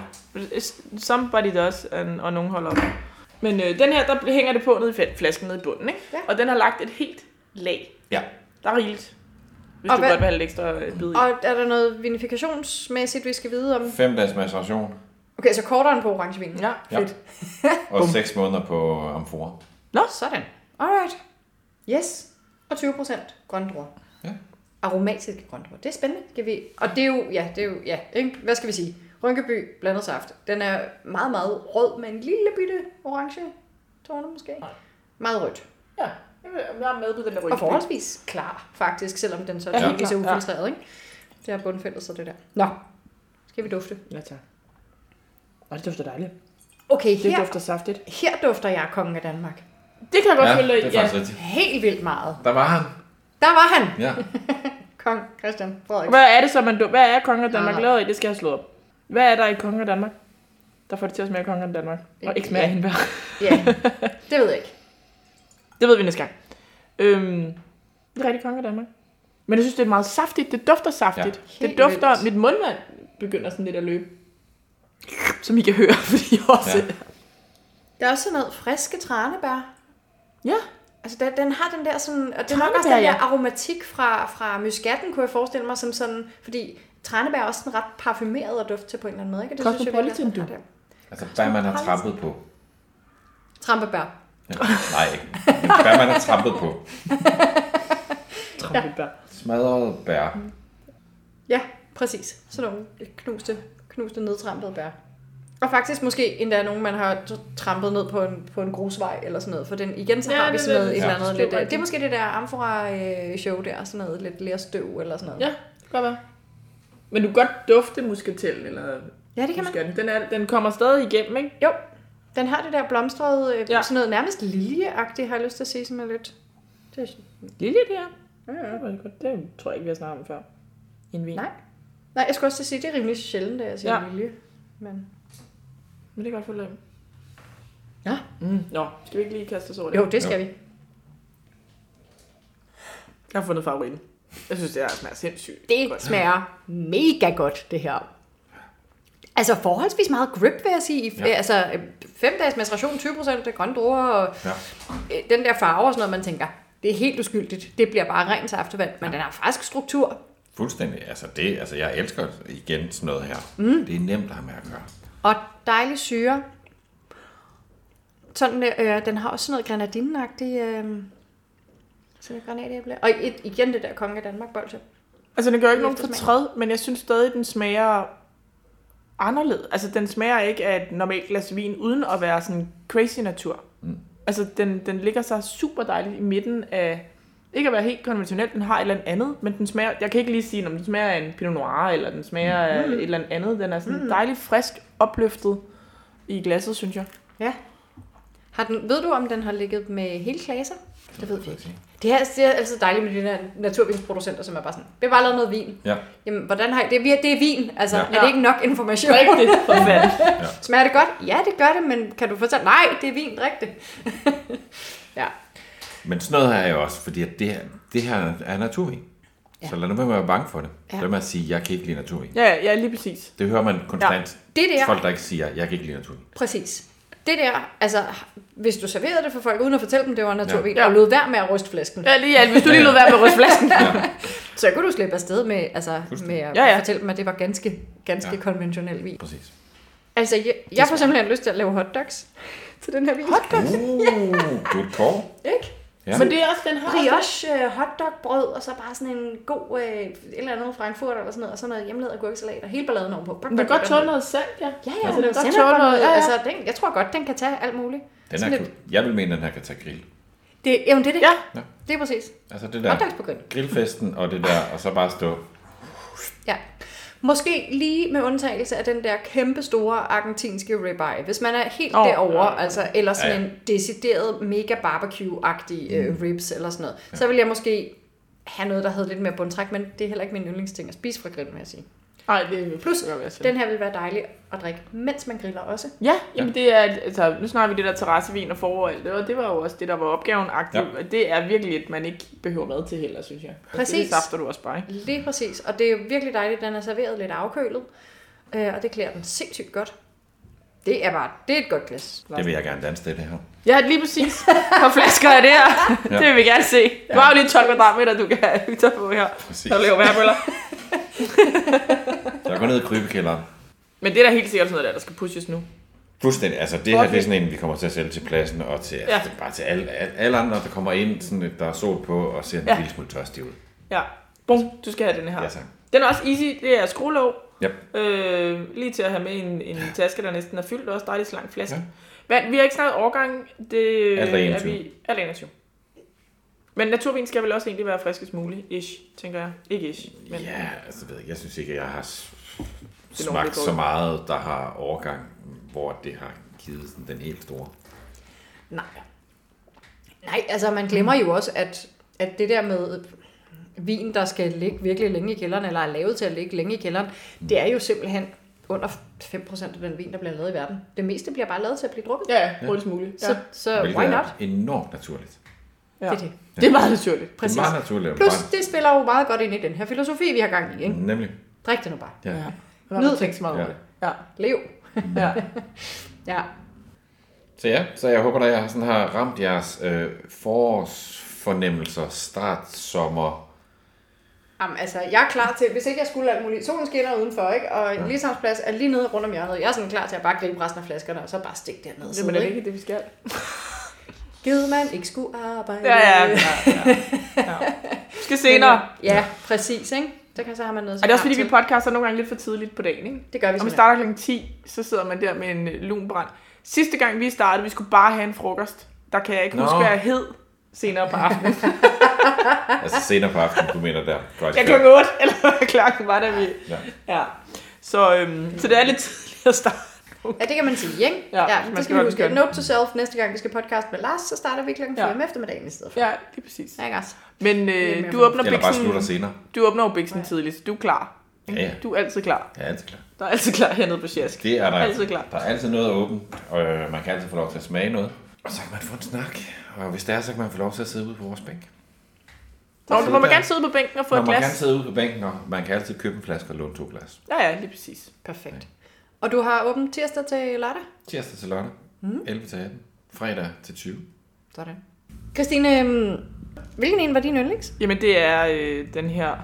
[SPEAKER 1] somebody does, and, og nogen holder op. Men øh, den her, der hænger det på nede i fa- flasken nede i bunden, ikke?
[SPEAKER 2] Ja.
[SPEAKER 1] Og den har lagt et helt lag.
[SPEAKER 3] Ja.
[SPEAKER 1] Der er rigeligt. Hvis
[SPEAKER 2] Og
[SPEAKER 1] du
[SPEAKER 2] hvad-
[SPEAKER 1] godt vil have lidt ekstra øh, bid i.
[SPEAKER 2] Og er der noget vinifikationsmæssigt, vi skal vide om?
[SPEAKER 3] Fem dages maceration
[SPEAKER 2] Okay, så kortere end på orangevinen.
[SPEAKER 1] Ja.
[SPEAKER 3] Ja.
[SPEAKER 2] Fedt.
[SPEAKER 3] og
[SPEAKER 1] Bum.
[SPEAKER 3] 6 måneder på øh, amfora.
[SPEAKER 2] Sådan. Alright. Yes. Og 20 procent grøndruer.
[SPEAKER 3] Ja.
[SPEAKER 2] Aromatiske grøndruer. Det er spændende. Skal vi... Og det er jo, ja, det er jo, ja, ikke? Hvad skal vi sige? Rynkeby blandet saft. Den er meget, meget rød med en lille bitte orange tone måske.
[SPEAKER 1] Nej.
[SPEAKER 2] Meget rødt.
[SPEAKER 1] ja. Jeg er med på den der
[SPEAKER 2] Og
[SPEAKER 1] rygsbid.
[SPEAKER 2] forholdsvis klar, faktisk, selvom den så
[SPEAKER 1] Ja,
[SPEAKER 2] ja, ikke
[SPEAKER 1] helt
[SPEAKER 2] så
[SPEAKER 1] klar. Ja.
[SPEAKER 2] ufiltreret, ikke? Det har bundfældet så det der. Nå, skal vi dufte?
[SPEAKER 1] Ja, tak. Og det dufter dejligt.
[SPEAKER 2] Okay,
[SPEAKER 1] Det
[SPEAKER 2] her,
[SPEAKER 1] dufter saftigt.
[SPEAKER 2] her dufter jeg kongen af Danmark.
[SPEAKER 1] Det kan jeg godt
[SPEAKER 3] Ja,
[SPEAKER 1] følge dig i,
[SPEAKER 3] det er faktisk rigtigt.
[SPEAKER 2] Helt vildt meget.
[SPEAKER 3] Der var han.
[SPEAKER 2] Der var han,
[SPEAKER 3] Ja.
[SPEAKER 2] kong Christian Frederik.
[SPEAKER 1] Hvad er det så, man... du- Hvad er Kongen af Danmark
[SPEAKER 2] Nej.
[SPEAKER 1] lavet i? Det skal jeg slå op. Hvad er der i Kongen af Danmark? Der får det til at smage Kongen af Danmark. Og ikke smage ja.
[SPEAKER 2] Ja.
[SPEAKER 1] hende
[SPEAKER 2] Ja, det ved jeg ikke.
[SPEAKER 1] Det ved vi næste gang. Øhm, det er rigtig konge af Danmark. Men jeg synes, det er meget saftigt. Det dufter saftigt. Ja, det
[SPEAKER 2] Helt
[SPEAKER 1] dufter... Vildt.
[SPEAKER 2] vildt.
[SPEAKER 1] Mit mundvand begynder sådan lidt at løbe. Som I kan høre, fordi jeg også...
[SPEAKER 3] Ja.
[SPEAKER 1] Ja.
[SPEAKER 2] Der er også sådan noget friske tranebær.
[SPEAKER 1] Ja.
[SPEAKER 2] Altså, den, den har den der sådan... Og det er nok også den
[SPEAKER 1] Tranebær,
[SPEAKER 2] der
[SPEAKER 1] ja.
[SPEAKER 2] aromatik fra, fra muskatten, kunne jeg forestille mig, som sådan... Fordi tranebær er også sådan ret parfumeret og duft til på en eller anden måde, ikke? Og
[SPEAKER 1] Cosmopolitan,
[SPEAKER 2] virkelig er
[SPEAKER 1] du.
[SPEAKER 2] sådan ret,
[SPEAKER 3] Altså, hvad man har trampet på.
[SPEAKER 2] ja. Trampebær.
[SPEAKER 3] Ja. Nej, ikke. Men Hvad man har trampet på.
[SPEAKER 1] Trampebær.
[SPEAKER 3] Smadret bær.
[SPEAKER 2] Ja, præcis. Sådan nogle øh, knuste, knuste nedtrampede bær. Og faktisk måske endda nogen, man har t- trampet ned på en, på en grusvej eller sådan noget. For den, igen så
[SPEAKER 1] Ja,
[SPEAKER 2] har vi
[SPEAKER 1] det
[SPEAKER 2] sådan
[SPEAKER 1] er
[SPEAKER 2] noget
[SPEAKER 1] lidt-
[SPEAKER 2] et eller
[SPEAKER 3] Ja.
[SPEAKER 2] andet.
[SPEAKER 1] støv
[SPEAKER 2] Lidt, øh,
[SPEAKER 1] rigtigt.
[SPEAKER 2] det er måske det der Amphora-show der, sådan noget lidt lære støv eller sådan noget.
[SPEAKER 1] Ja, det kan godt være. Men du kan godt dufte muskatellen, eller
[SPEAKER 2] ja det kan man.
[SPEAKER 1] muskatten. Den, er, den kommer stadig igennem, ikke?
[SPEAKER 2] Jo, den har det der blomstrede, øh, ja.
[SPEAKER 1] Ja.
[SPEAKER 2] sådan noget nærmest liljeagtigt, har jeg lyst til at sige, som er lidt... Det er,
[SPEAKER 1] Lille der. Ja, ja. Det tror jeg ikke, vi har snakket om før. En vin.
[SPEAKER 2] Nej. nej, jeg skulle også til at sige, det er rimelig sjældent, at jeg siger ja.
[SPEAKER 1] Ja.
[SPEAKER 2] lilje. Men...
[SPEAKER 1] Men det kan jeg godt følge dig i.
[SPEAKER 2] Ja.
[SPEAKER 1] Mm. Nå, skal vi ikke lige kaste os over det?
[SPEAKER 2] Jo, det skal vi.
[SPEAKER 1] Jeg har fundet favoritten. Jeg synes, det er smager sindssygt.
[SPEAKER 2] Det
[SPEAKER 1] godt.
[SPEAKER 2] smager mega godt, det her. Altså forholdsvis meget grip, vil jeg sige.
[SPEAKER 3] Ja.
[SPEAKER 2] Ja. Altså 5 dages maceration, 20 procent grønne druer, og
[SPEAKER 3] Ja.
[SPEAKER 2] øh, den der farve og sådan noget, man tænker, det er helt uskyldigt. Det bliver bare rent saftevand, men den har frisk struktur.
[SPEAKER 3] Fuldstændig. Altså, det, altså, jeg elsker igen sådan noget her. Mm. Det er nemt at have med at gøre.
[SPEAKER 2] Og dejlig syre. Sådan, øh, den har også sådan noget granadinagtigt. Øh, sådan et granatæble. Og et, igen det der konge af Danmark bolse.
[SPEAKER 1] Altså, den gør ikke nogen
[SPEAKER 2] Efter smag.
[SPEAKER 1] fortræd, men jeg synes stadig, den smager anderledes. Altså, den smager ikke af et normalt glas vin, uden at være sådan crazy natur.
[SPEAKER 3] Mm.
[SPEAKER 1] Altså, den, den ligger sig super dejligt i midten af... Ikke at være helt konventionel, den har et eller andet, men den smager... Jeg kan ikke lige sige, om den smager af en Pinot Noir, eller den smager af et eller andet. Den er sådan mm. dejligt frisk opløftet i glasset, synes jeg.
[SPEAKER 2] Ja. Har den, ved du, om den har ligget med hele klaser? Det ved vi ikke.
[SPEAKER 3] jeg sige.
[SPEAKER 2] Det her det er altid dejligt med de der naturvinsproducenter, som er bare sådan, vi har bare lavet noget vin.
[SPEAKER 3] Ja.
[SPEAKER 2] Jamen, hvordan har I, det, er, vir- det er vin, altså,
[SPEAKER 3] Ja.
[SPEAKER 2] ja. er det ikke nok information?
[SPEAKER 1] Drik det, for fanden.
[SPEAKER 2] Smager det godt? Ja, det gør det, men kan du fortælle, nej, det er vin, drik det. ja,
[SPEAKER 3] Men sådan noget her er jo også, fordi at det her, det her er naturvin.
[SPEAKER 2] Ja.
[SPEAKER 3] Ja. Så lad nu være med at være bange for det.
[SPEAKER 2] Ja.
[SPEAKER 3] Ja. Lad mig sige, jeg kan ikke lide naturvin.
[SPEAKER 1] Ja, ja, lige præcis.
[SPEAKER 3] Det hører man konstant.
[SPEAKER 2] det der,
[SPEAKER 3] Ja. Folk, der ikke siger, jeg kan ikke lide naturvin.
[SPEAKER 2] præcis. Det der, altså, hvis du serverede det for folk, uden at fortælle dem, det var naturvin, ja.
[SPEAKER 1] Ja.
[SPEAKER 2] og lod være med at ryste flasken, ja.
[SPEAKER 1] Ja, lige, alt. hvis du lige lod være med at ryste flasken.
[SPEAKER 2] så kunne du slippe afsted med, altså, med at ja,
[SPEAKER 1] Ja,
[SPEAKER 2] ja.
[SPEAKER 1] ja.
[SPEAKER 2] fortælle dem, at det var ganske, ganske ja.
[SPEAKER 3] Ja.
[SPEAKER 2] konventionel vin.
[SPEAKER 3] Præcis.
[SPEAKER 2] Altså, jeg, jeg får simpelthen lyst til at lave hotdogs til den her vin.
[SPEAKER 1] Hotdogs?
[SPEAKER 3] Uh, good call.
[SPEAKER 2] Ikke?
[SPEAKER 3] Ja.
[SPEAKER 1] Men det er også, den har...
[SPEAKER 2] brioche øh, hotdogbrød, og så bare sådan en god, øh, et eller andet frankfurt eller sådan noget, og så noget hjemmelavet agurksalat, og hele balladen ovenpå.
[SPEAKER 1] Den kan godt tåle noget salt, ja.
[SPEAKER 2] Ja, ja,
[SPEAKER 1] Altså, den
[SPEAKER 2] altså,
[SPEAKER 1] kan
[SPEAKER 2] den
[SPEAKER 1] godt
[SPEAKER 2] tåler
[SPEAKER 1] tåle
[SPEAKER 2] noget.
[SPEAKER 1] noget.
[SPEAKER 2] Ja,
[SPEAKER 1] Ja,
[SPEAKER 2] ja.
[SPEAKER 1] ja.
[SPEAKER 2] Altså, den, jeg tror godt, den kan tage alt muligt.
[SPEAKER 3] Den
[SPEAKER 2] Sådan
[SPEAKER 3] her,
[SPEAKER 2] lidt-
[SPEAKER 3] kan- jeg vil mene, at den her kan tage grill.
[SPEAKER 2] Det, jamen, det er det.
[SPEAKER 1] Ja.
[SPEAKER 3] Ja.
[SPEAKER 2] Det er præcis.
[SPEAKER 3] Altså det
[SPEAKER 2] Ja.
[SPEAKER 3] der
[SPEAKER 2] Hotdogs på grill.
[SPEAKER 3] grillfesten og det der, og så bare stå.
[SPEAKER 2] Ja. Måske lige med undtagelse af den der kæmpe store argentinske ribeye. Hvis man er helt oh,
[SPEAKER 1] Åh,
[SPEAKER 2] derover,
[SPEAKER 1] ja, ja.
[SPEAKER 2] altså, eller sådan
[SPEAKER 3] Ja, Mm.
[SPEAKER 2] en decideret mega barbecue-agtig øh, ribs eller sådan noget, så vil jeg måske have noget, der havde lidt mere bundtræk, men det er heller ikke min yndlingsting at spise fra grillen, vil jeg sige.
[SPEAKER 1] Nej, det er
[SPEAKER 2] Plus,
[SPEAKER 1] det kan være sådan.
[SPEAKER 2] Den her vil være dejlig at drikke, mens man griller også.
[SPEAKER 1] Ja, jamen det er, altså, nu snakker vi det der terrassevin og forår og alt det, og det var jo også det, der var opgaven aktivt. Ja. Det er virkelig, at man ikke behøver mad til heller, synes jeg. Og
[SPEAKER 2] Præcis.
[SPEAKER 1] Det safter du også bare, ikke?
[SPEAKER 2] Lige præcis, og det er jo virkelig dejligt, den er serveret lidt afkølet, øh, og det klæder den sindssygt godt. Det er bare, det er et godt glas.
[SPEAKER 3] Det vil jeg gerne danse til, det her.
[SPEAKER 1] Ja, lige præcis. Par flasker af det her. Ja. Det vil vi gerne se. Du har jo lige 12 kvadratmeter, du kan tage på her,
[SPEAKER 3] Præcis.
[SPEAKER 1] når du laver værbøller.
[SPEAKER 3] Så jeg går ned i krybekælderen.
[SPEAKER 1] Men det er da helt sikkert sådan noget der, der skal pushes nu.
[SPEAKER 3] Fuldstændig. Altså det her, det er sådan en, vi kommer til at sælge til pladsen, og til, ja.
[SPEAKER 1] Ja.
[SPEAKER 3] altså, bare til alle, alle andre, der kommer ind, sådan, at der er sol på, og ser en ja.
[SPEAKER 1] Ja.
[SPEAKER 3] lille smule tørstig ud.
[SPEAKER 1] Ja. Bum, du skal have den her.
[SPEAKER 3] Ja, tak.
[SPEAKER 1] Den er også easy. Det er skruelåg.
[SPEAKER 3] Yep.
[SPEAKER 1] Øh, lige til at have med en, en taske, der næsten er fyldt. Også dejlig slank flaske. Ja. Vand, vi har ikke snakket overgang. Det øh,
[SPEAKER 3] Alt er
[SPEAKER 1] er
[SPEAKER 3] 21.
[SPEAKER 1] vi alt er 21. Men naturvin skal vel også egentlig være friskest muligt, ish, tænker jeg. Ikke ish, men ja.
[SPEAKER 3] Ja, altså ved jeg, jeg synes ikke, at jeg har s-
[SPEAKER 1] Det er
[SPEAKER 3] smagt så
[SPEAKER 1] dårligt.
[SPEAKER 3] meget, der har overgang, hvor det har givet sådan den helt store.
[SPEAKER 2] Nej. Nej, altså man glemmer jo også, at, at det der med øh, vin, der skal ligge virkelig længe i kælderen, eller er lavet til at ligge længe i kælderen, det er jo simpelthen under 5% af den vin, der bliver lavet i verden. Det meste bliver bare lavet til at blive drukket.
[SPEAKER 1] ja, ja, hurtigst muligt. Ja.
[SPEAKER 2] Så, så
[SPEAKER 3] Hvilket
[SPEAKER 2] Øh, why not?
[SPEAKER 3] er enormt naturligt.
[SPEAKER 1] ja.
[SPEAKER 2] Det er det.
[SPEAKER 1] det er meget naturligt.
[SPEAKER 2] Præcis.
[SPEAKER 3] Præcis. Det er meget naturligt. og
[SPEAKER 2] Plus, det spiller jo meget godt ind i den her filosofi, vi har gang i. Ikke?
[SPEAKER 3] Bare, nemlig.
[SPEAKER 2] Drik det nu bare.
[SPEAKER 3] Ja.
[SPEAKER 1] Ja.
[SPEAKER 3] ja.
[SPEAKER 1] Nu har
[SPEAKER 2] Nyd
[SPEAKER 1] man tænkt så meget over det.
[SPEAKER 3] Ja.
[SPEAKER 1] Ja.
[SPEAKER 2] Lev.
[SPEAKER 1] ja.
[SPEAKER 2] Ja.
[SPEAKER 3] Så ja, så jeg håber, at jeg sådan har ramt jeres øh, forårsfornemmelser, start, sommer.
[SPEAKER 2] Jamen, altså, jeg er klar til, hvis ikke jeg skulle alt muligt, solen skinner udenfor, ikke? og ja. Lisavnsplads er lige nede rundt om hjørnet. Jeg er sådan klar til at bare gribe resten af flaskerne, og så bare stikke dernede.
[SPEAKER 1] Det er
[SPEAKER 2] Jamen,
[SPEAKER 1] vel
[SPEAKER 2] ikke?
[SPEAKER 1] ikke det, vi skal.
[SPEAKER 2] Gid man ikke skulle arbejde.
[SPEAKER 1] Ja, ja, ja. ja. ja. Vi skal senere.
[SPEAKER 2] Ja, præcis, ikke? Så, kan, øh, så har man noget
[SPEAKER 1] Er det også fordi, vi
[SPEAKER 2] til.
[SPEAKER 1] podcaster nogle gange lidt for tidligt på dagen, ikke?
[SPEAKER 2] Det gør vi
[SPEAKER 1] Når vi starter
[SPEAKER 2] simpelthen.
[SPEAKER 1] kl. 10, så sidder man der med en øh, lun brand. Sidste gang vi startede, vi skulle bare have en frokost. Der kan jeg ikke
[SPEAKER 3] Nå.
[SPEAKER 1] Nå. huske, hvad jeg hed senere på aftenen.
[SPEAKER 3] Altså senere på aftenen, du mener der. Godt,
[SPEAKER 1] Ja, kl. 8, eller hvad klokken var der vi.
[SPEAKER 3] Ja.
[SPEAKER 1] Ja. Så, øhm, så det er lidt tidligt at starte.
[SPEAKER 2] Ja, det kan man sige, ikke?
[SPEAKER 1] Ja, man
[SPEAKER 2] ja det
[SPEAKER 1] skal
[SPEAKER 2] skal vi
[SPEAKER 1] godt
[SPEAKER 2] huske.
[SPEAKER 1] gøre det.
[SPEAKER 2] Note to self, næste gang vi skal podcast med Lars, så starter vi klokken 4
[SPEAKER 1] Ja.
[SPEAKER 2] om eftermiddagen i stedet for.
[SPEAKER 1] Ja, lige præcis.
[SPEAKER 2] Ja. Ikke også?
[SPEAKER 1] Men
[SPEAKER 2] er mere
[SPEAKER 1] øh, du
[SPEAKER 2] fornuftigt.
[SPEAKER 1] åbner
[SPEAKER 3] Eller bare slutter
[SPEAKER 1] biksen,
[SPEAKER 3] senere.
[SPEAKER 1] du åbner jo biksen tidligt, så du er klar.
[SPEAKER 3] Ja, ja.
[SPEAKER 1] Du er altid klar.
[SPEAKER 3] Ja, altid klar.
[SPEAKER 1] Der er altid klar hernede på Sjask.
[SPEAKER 3] Det er der.
[SPEAKER 1] Altid klar.
[SPEAKER 3] Der er altid noget åbent, og øh, man kan altid få lov til at smage noget. Og så kan man få en snak, og hvis det er, så kan man få lov til at sidde ude på vores bænk.
[SPEAKER 1] Nå, du må
[SPEAKER 3] der.
[SPEAKER 1] man gerne sidde på bænken og få
[SPEAKER 3] Når
[SPEAKER 1] et
[SPEAKER 3] man kan
[SPEAKER 1] glas.
[SPEAKER 3] sidde ude på bænken, og man kan altid købe en flaske og låne to glas.
[SPEAKER 1] Ja, ja, lige præcis.
[SPEAKER 2] Perfekt. Og du har åbent tirsdag til lørdag?
[SPEAKER 3] Tirsdag til lørdag,
[SPEAKER 1] Mm.
[SPEAKER 3] 11 til 18, fredag til 20.
[SPEAKER 2] Sådan. Christine, øhm, hvilken en var din yndlings?
[SPEAKER 1] Jamen, det er øh, den her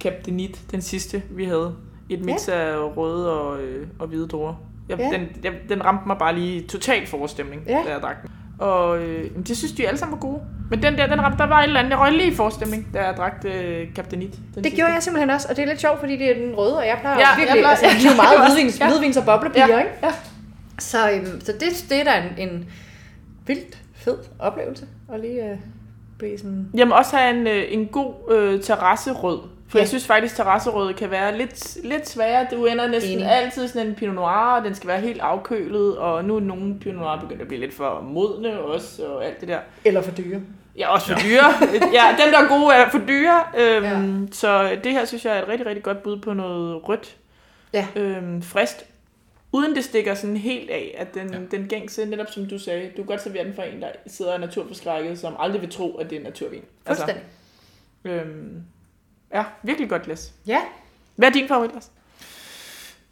[SPEAKER 1] Captainit, den sidste, vi havde. Et mix ja. af røde og, øh, og hvide druer. Jeg,
[SPEAKER 2] Ja.
[SPEAKER 1] ja. den, jeg, den ramte mig bare lige totalt forestemning,
[SPEAKER 2] Ja.
[SPEAKER 1] ja. da jeg drak den. Og øh, jamen, det synes de alle sammen var gode. Men den der, den ramte, der var et eller andet. Jeg røg lige i forestemning, da jeg drak øh, Captainit. Den
[SPEAKER 2] Det gjorde jeg simpelthen også, og det er lidt sjovt, fordi det er den røde, og jeg plejer
[SPEAKER 1] Ja,
[SPEAKER 2] ja, virkelig,
[SPEAKER 1] jeg plejer-
[SPEAKER 2] altså, jeg er jo meget
[SPEAKER 1] Ja.
[SPEAKER 2] hvidvins, ja. hvidvins og boblepiger, ja.
[SPEAKER 1] Ja.
[SPEAKER 2] ikke? Ja. Så, øhm, så det, det er da en, en vildt fed oplevelse at lige øh, blive sådan...
[SPEAKER 1] Jamen også have en, øh, en god øh, terrasserød. For
[SPEAKER 2] Ja.
[SPEAKER 1] ja. jeg synes faktisk, terrasserød kan være lidt, lidt sværere. Du ender næsten
[SPEAKER 2] Enig.
[SPEAKER 1] Enig. altid i sådan en Pinot Noir, og den skal være helt afkølet. Og nu er nogle Pinot Noir begyndt at blive lidt for modne også, og alt det der.
[SPEAKER 2] Eller for dyre.
[SPEAKER 1] Ja, også for dyre. ja, dem der er gode er for dyre. Øhm, ja. Så det her synes jeg er et rigtig, rigtig godt bud på noget rødt.
[SPEAKER 2] Ja.
[SPEAKER 1] Øhm, frist. Uden det stikker sådan helt af, at den, ja. den gængse, netop som du sagde, du kan godt servere den for en, der sidder naturforskrækket, som aldrig vil tro, at det er naturvin.
[SPEAKER 2] Fuldstændig.
[SPEAKER 1] øhm, ja, virkelig godt glas.
[SPEAKER 2] Ja.
[SPEAKER 1] Hvad er din favorit, Lars?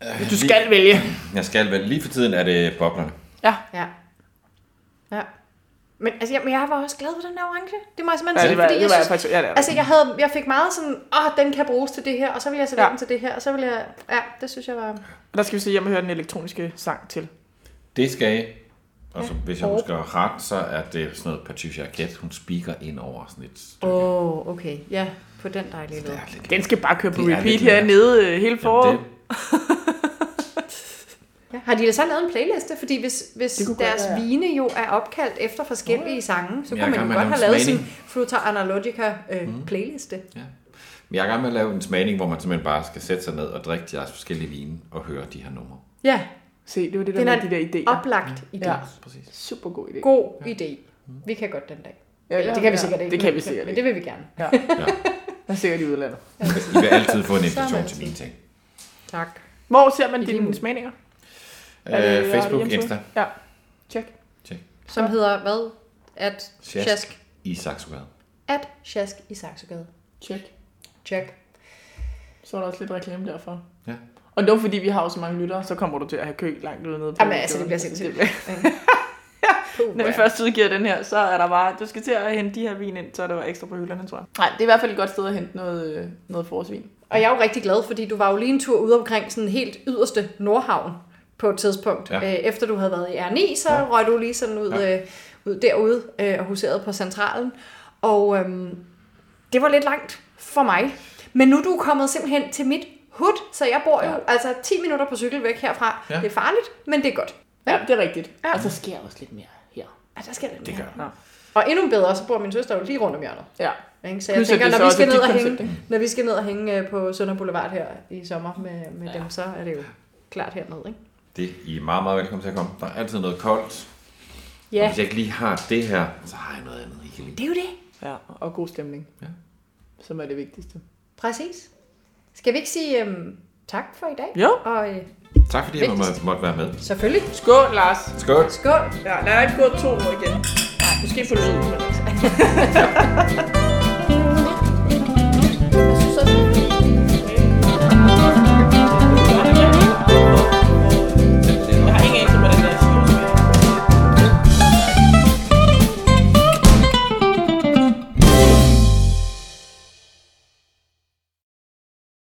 [SPEAKER 3] Øh,
[SPEAKER 1] Du skal vælge.
[SPEAKER 3] Jeg skal vel. Lige for tiden er det boblerne.
[SPEAKER 2] Ja. Ja. Men, altså, jeg, men jeg var også glad for den der orange. Det må jeg simpelthen
[SPEAKER 1] Ja,
[SPEAKER 2] sige,
[SPEAKER 1] det var,
[SPEAKER 2] fordi
[SPEAKER 1] det
[SPEAKER 2] jeg
[SPEAKER 1] var jeg
[SPEAKER 2] synes,
[SPEAKER 1] faktisk. Ja, det er.
[SPEAKER 2] Altså, jeg, havde, jeg fik meget sådan, åh, oh, den kan bruges til det her, og så vil jeg servere ja.
[SPEAKER 1] Ja.
[SPEAKER 2] den til det her, og så vil jeg... Ja, det synes jeg var...
[SPEAKER 1] Der skal vi så hjem og høre den elektroniske sang til.
[SPEAKER 3] Det skal I. Og så, hvis jeg husker ret, så er det sådan noget Patricia Arquette, hun speaker ind over sådan et stykke.
[SPEAKER 2] Åh, oh, okay. Ja, på den dejlige led.
[SPEAKER 3] Det er lidt
[SPEAKER 1] Den skal bare køre på
[SPEAKER 3] Det er
[SPEAKER 1] repeat
[SPEAKER 3] lidt mærkeligt.
[SPEAKER 1] hernede øh, hele foråret.
[SPEAKER 3] Jamen,
[SPEAKER 1] Det...
[SPEAKER 2] Ja. Har de så lavet en playliste? Fordi hvis, hvis
[SPEAKER 1] Det kunne godt
[SPEAKER 2] deres
[SPEAKER 1] være, ja.
[SPEAKER 2] vine jo er opkaldt efter forskellige sange, så
[SPEAKER 3] Jeg
[SPEAKER 2] kunne
[SPEAKER 3] er i gang
[SPEAKER 2] man jo godt
[SPEAKER 3] med at
[SPEAKER 2] have
[SPEAKER 3] lave en
[SPEAKER 2] lavet sin
[SPEAKER 3] smagning.
[SPEAKER 2] Fruta Analogica øh, mm. playliste.
[SPEAKER 3] det, ja. Men jeg er i gang med at lave en smagning, hvor man simpelthen bare skal sætte sig ned og drikke deres forskellige vine og høre de her numre.
[SPEAKER 2] Ja,
[SPEAKER 1] Se, det var det der
[SPEAKER 2] den
[SPEAKER 1] med
[SPEAKER 2] er
[SPEAKER 1] de der idéer.
[SPEAKER 2] oplagt idé.
[SPEAKER 1] Ja.
[SPEAKER 3] Præcis.
[SPEAKER 1] Super god idé.
[SPEAKER 2] God idé. Vi kan godt den dag.
[SPEAKER 1] Ja,
[SPEAKER 2] Eller, det kan vi sikkert ikke.
[SPEAKER 1] Det kan
[SPEAKER 2] men-
[SPEAKER 1] vi sikkert
[SPEAKER 2] Men
[SPEAKER 1] ikke.
[SPEAKER 2] det vil vi gerne.
[SPEAKER 1] Ja.
[SPEAKER 3] Ja.
[SPEAKER 1] Jeg er sikkert i udlandet.
[SPEAKER 3] I vil altid få en
[SPEAKER 2] Så er
[SPEAKER 3] invitation
[SPEAKER 2] det
[SPEAKER 3] til mine ting.
[SPEAKER 2] Tak.
[SPEAKER 1] Hvor ser man
[SPEAKER 2] I lige
[SPEAKER 1] dine
[SPEAKER 2] måde.
[SPEAKER 1] smagninger? Er det-
[SPEAKER 3] Øh,
[SPEAKER 1] er
[SPEAKER 3] Facebook,
[SPEAKER 1] hjemmeside?
[SPEAKER 3] Insta,
[SPEAKER 1] Ja, tjek.
[SPEAKER 2] Som hedder hvad? At
[SPEAKER 3] Sjask.
[SPEAKER 2] sjask. sjask.
[SPEAKER 3] i Saxogade.
[SPEAKER 2] At sjask i Saxogade.
[SPEAKER 1] Tjek.
[SPEAKER 2] Check.
[SPEAKER 1] Så er der også lidt reklame derfra.
[SPEAKER 3] Ja.
[SPEAKER 1] Og det var fordi, vi har jo så mange lyttere, så kommer du til at have kø langt ude nede. på
[SPEAKER 2] Jamen altså, det bliver
[SPEAKER 1] gaden.
[SPEAKER 2] sindssygt.
[SPEAKER 1] bliver-
[SPEAKER 2] Puh,
[SPEAKER 1] Når vi
[SPEAKER 2] ja.
[SPEAKER 1] først udgiver den her, så er der bare, du skal til at hente de her vin ind, så er der ekstra på hylderne, tror jeg. Nej, det er i hvert fald et godt sted at hente noget, øh, noget forårsvin.
[SPEAKER 2] Og jeg er jo rigtig glad, fordi du var jo lige en tur ude omkring sådan helt yderste Nordhavn på et tidspunkt.
[SPEAKER 3] Ja.
[SPEAKER 2] Ja. Efter du havde været i R9, så
[SPEAKER 3] Ja.
[SPEAKER 2] ja. røg du lige sådan ud,
[SPEAKER 3] Ja.
[SPEAKER 2] ja. øh, ud derude øh, og huserede på centralen. Og øhm, det var lidt langt for mig. Men nu er du kommet simpelthen til mit hud, så jeg bor jo
[SPEAKER 3] Ja.
[SPEAKER 2] ja. altså 10 minutter på cykel væk herfra.
[SPEAKER 3] Ja.
[SPEAKER 2] Ja. Det er farligt, men det er godt.
[SPEAKER 1] Ja, det er rigtigt.
[SPEAKER 2] Ja.
[SPEAKER 1] Og så sker også lidt mere her.
[SPEAKER 2] Ja, der sker lidt
[SPEAKER 3] Det
[SPEAKER 2] mere.
[SPEAKER 3] gør
[SPEAKER 2] Og endnu bedre, så bor min søster jo lige rundt om hjørnet.
[SPEAKER 1] Ja.
[SPEAKER 2] Ikke? Så jeg
[SPEAKER 1] Plus, at
[SPEAKER 2] tænker,
[SPEAKER 1] det så
[SPEAKER 2] når vi,
[SPEAKER 1] også
[SPEAKER 2] skal
[SPEAKER 1] er
[SPEAKER 2] ned
[SPEAKER 1] dit
[SPEAKER 2] og
[SPEAKER 1] koncept,
[SPEAKER 2] hænge, når vi skal ned og hænge øh, på Sønder Boulevard her i sommer med, med ja. dem, så er det jo klart hernede. Ikke?
[SPEAKER 3] Det I er meget, meget velkommen til at komme. Der er altid noget koldt. Ja. Og
[SPEAKER 2] Ja,
[SPEAKER 3] hvis jeg ikke lige har det her, så har jeg noget andet, I kan lide.
[SPEAKER 2] det er jo det.
[SPEAKER 1] Ja, og god stemning.
[SPEAKER 3] Ja.
[SPEAKER 1] Som er det vigtigste.
[SPEAKER 2] Præcis. Skal vi ikke sige øhm, tak for i dag?
[SPEAKER 1] Jo.
[SPEAKER 2] Og øh,
[SPEAKER 3] Tak fordi jeg må, måtte være med.
[SPEAKER 2] selvfølgelig,
[SPEAKER 1] Skål, Lars.
[SPEAKER 3] Skål!
[SPEAKER 2] skål.
[SPEAKER 1] Ja, der er ikke gået to år igen. Nej, måske på lyd, men
[SPEAKER 2] Jeg synes også, det er